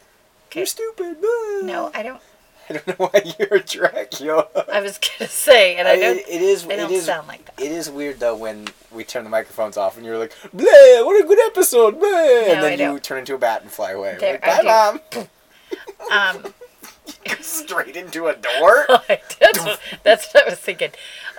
[SPEAKER 2] Okay.
[SPEAKER 1] You're stupid. Blah.
[SPEAKER 2] No, I don't.
[SPEAKER 1] [laughs] I don't know why you're a Dracula.
[SPEAKER 2] I was [laughs] gonna say, and I don't.
[SPEAKER 1] it, it is.
[SPEAKER 2] I don't
[SPEAKER 1] it is.
[SPEAKER 2] sound
[SPEAKER 1] [laughs]
[SPEAKER 2] like that.
[SPEAKER 1] It is weird though when we turn the microphones off and you're like, "Blah, what a good episode!" Blah,
[SPEAKER 2] No,
[SPEAKER 1] and then
[SPEAKER 2] I
[SPEAKER 1] you
[SPEAKER 2] don't.
[SPEAKER 1] turn into a bat and fly away.
[SPEAKER 2] There,
[SPEAKER 1] Like,
[SPEAKER 2] I
[SPEAKER 1] Bye,
[SPEAKER 2] do.
[SPEAKER 1] mom. [laughs]
[SPEAKER 2] Um, [laughs]
[SPEAKER 1] straight into a door.
[SPEAKER 2] I did. That's what I was thinking.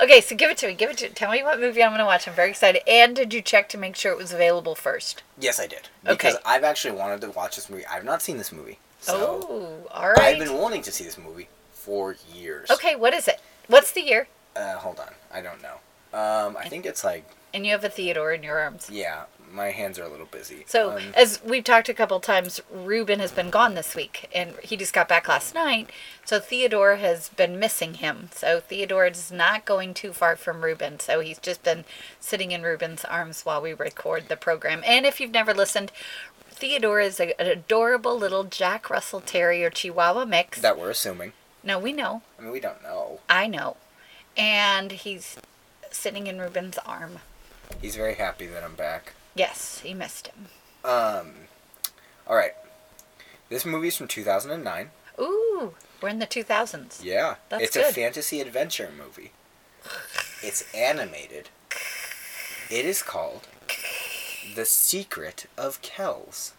[SPEAKER 2] Okay, so give it to me. Give it to. Tell me what movie I'm going to watch. I'm very excited. And did you check to make sure it was available first?
[SPEAKER 1] yes, I did.
[SPEAKER 2] Okay.
[SPEAKER 1] Because I've actually wanted to watch this movie. I've not seen this movie. So
[SPEAKER 2] oh, all
[SPEAKER 1] I've
[SPEAKER 2] right.
[SPEAKER 1] been wanting to see this movie for years.
[SPEAKER 2] Okay, what is it? What's the year?
[SPEAKER 1] Uh, hold on. I don't know. Um, I think it's like
[SPEAKER 2] And you have a Theodore in your arms.
[SPEAKER 1] yeah. My hands are a little busy.
[SPEAKER 2] So
[SPEAKER 1] Um,
[SPEAKER 2] as we've talked a couple times, Ruben has been gone this week, and he just got back last night. So Theodore has been missing him. So Theodore is not going too far from Ruben. So he's just been sitting in Ruben's arms while we record the program. And if you've never listened, Theodore is a, an adorable little Jack Russell Terrier Chihuahua mix.
[SPEAKER 1] that we're assuming.
[SPEAKER 2] no, we know.
[SPEAKER 1] I mean, we don't know.
[SPEAKER 2] I know. And he's sitting in Ruben's arm.
[SPEAKER 1] He's very happy that I'm back.
[SPEAKER 2] Yes, he missed him.
[SPEAKER 1] Um, all right. This movie is from 2009.
[SPEAKER 2] Ooh, we're in the 2000s.
[SPEAKER 1] Yeah.
[SPEAKER 2] That's
[SPEAKER 1] it's a
[SPEAKER 2] good.
[SPEAKER 1] fantasy adventure movie. It's animated. It is called The Secret of Kells.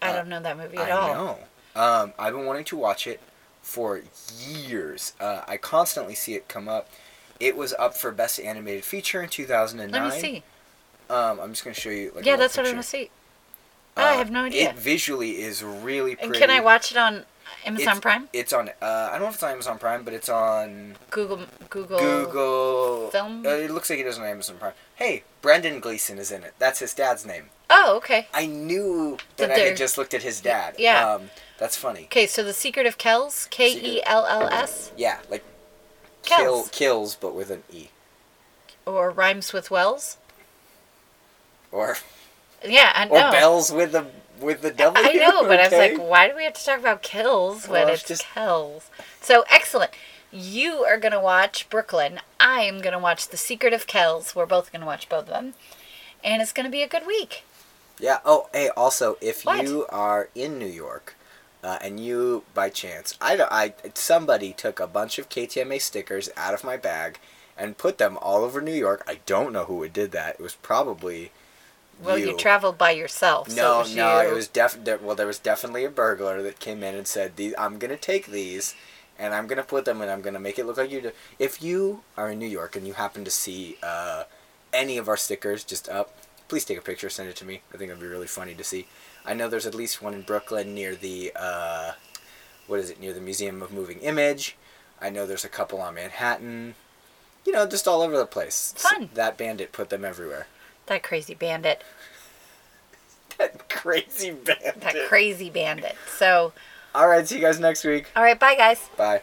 [SPEAKER 2] I
[SPEAKER 1] Uh,
[SPEAKER 2] don't know that movie
[SPEAKER 1] I
[SPEAKER 2] at all.
[SPEAKER 1] know. Um, I've been wanting to watch it for years. Uh, I constantly see it come up. It was up for Best Animated Feature in 2009.
[SPEAKER 2] Let me see.
[SPEAKER 1] Um, I'm just going to show you. Like, a
[SPEAKER 2] yeah,
[SPEAKER 1] little
[SPEAKER 2] that's what I want to
[SPEAKER 1] picture.
[SPEAKER 2] see. Oh, I
[SPEAKER 1] Uh,
[SPEAKER 2] have no idea.
[SPEAKER 1] It visually is really pretty.
[SPEAKER 2] and can I watch it on Amazon
[SPEAKER 1] It's-
[SPEAKER 2] Prime?
[SPEAKER 1] It's on. Uh, I don't know if it's on Amazon Prime, but it's on
[SPEAKER 2] Google Google.
[SPEAKER 1] Google.
[SPEAKER 2] Film?
[SPEAKER 1] Uh, it looks like it is on Amazon Prime. Hey, Brendan Gleeson is in it. That's his dad's name.
[SPEAKER 2] Oh, okay.
[SPEAKER 1] I knew that
[SPEAKER 2] Did
[SPEAKER 1] I
[SPEAKER 2] there-
[SPEAKER 1] had just looked at his dad.
[SPEAKER 2] Yeah.
[SPEAKER 1] Um, that's funny.
[SPEAKER 2] Okay, so The Secret of Kells, K E L L S,
[SPEAKER 1] Yeah, like kill
[SPEAKER 2] Kells,
[SPEAKER 1] kills, but with an e.
[SPEAKER 2] or rhymes with Wells.
[SPEAKER 1] Or
[SPEAKER 2] Yeah, I
[SPEAKER 1] or
[SPEAKER 2] know.
[SPEAKER 1] bells with the with the
[SPEAKER 2] I
[SPEAKER 1] W.
[SPEAKER 2] I know, but I
[SPEAKER 1] okay?
[SPEAKER 2] was like, why do we have to talk about kills when
[SPEAKER 1] Well,
[SPEAKER 2] it's
[SPEAKER 1] it's just-
[SPEAKER 2] Kells? So excellent. You are gonna watch Brooklyn. I am gonna watch The Secret of Kells. We're both gonna watch both of them, and it's gonna be a good week.
[SPEAKER 1] Yeah. Oh, hey. Also, if
[SPEAKER 2] What?
[SPEAKER 1] you are in New York, uh, and you by chance, I, don't- I somebody took a bunch of KTMA stickers out of my bag and put them all over New York. I don't know who it did that. It was probably.
[SPEAKER 2] Well, you, traveled by yourself. so
[SPEAKER 1] No,
[SPEAKER 2] it was
[SPEAKER 1] no,
[SPEAKER 2] you.
[SPEAKER 1] it was def. De- well, there was definitely a burglar that came in and said, "These, I'm gonna take these, and I'm gonna put them, and I'm gonna make it look like you do." If you are in New York and you happen to see uh, any of our stickers just up, please take a picture, send it to me. I think it'd be really funny to see. I know there's at least one in Brooklyn near the uh, what is it near the Museum of Moving Image. I know there's a couple on Manhattan. You know, just all over the place. S-
[SPEAKER 2] Fun.
[SPEAKER 1] That bandit put them everywhere. [laughs]
[SPEAKER 2] That crazy bandit.
[SPEAKER 1] That crazy bandit.
[SPEAKER 2] That crazy bandit. So,
[SPEAKER 1] All right, see you guys next week.
[SPEAKER 2] all right, bye guys.
[SPEAKER 1] Bye.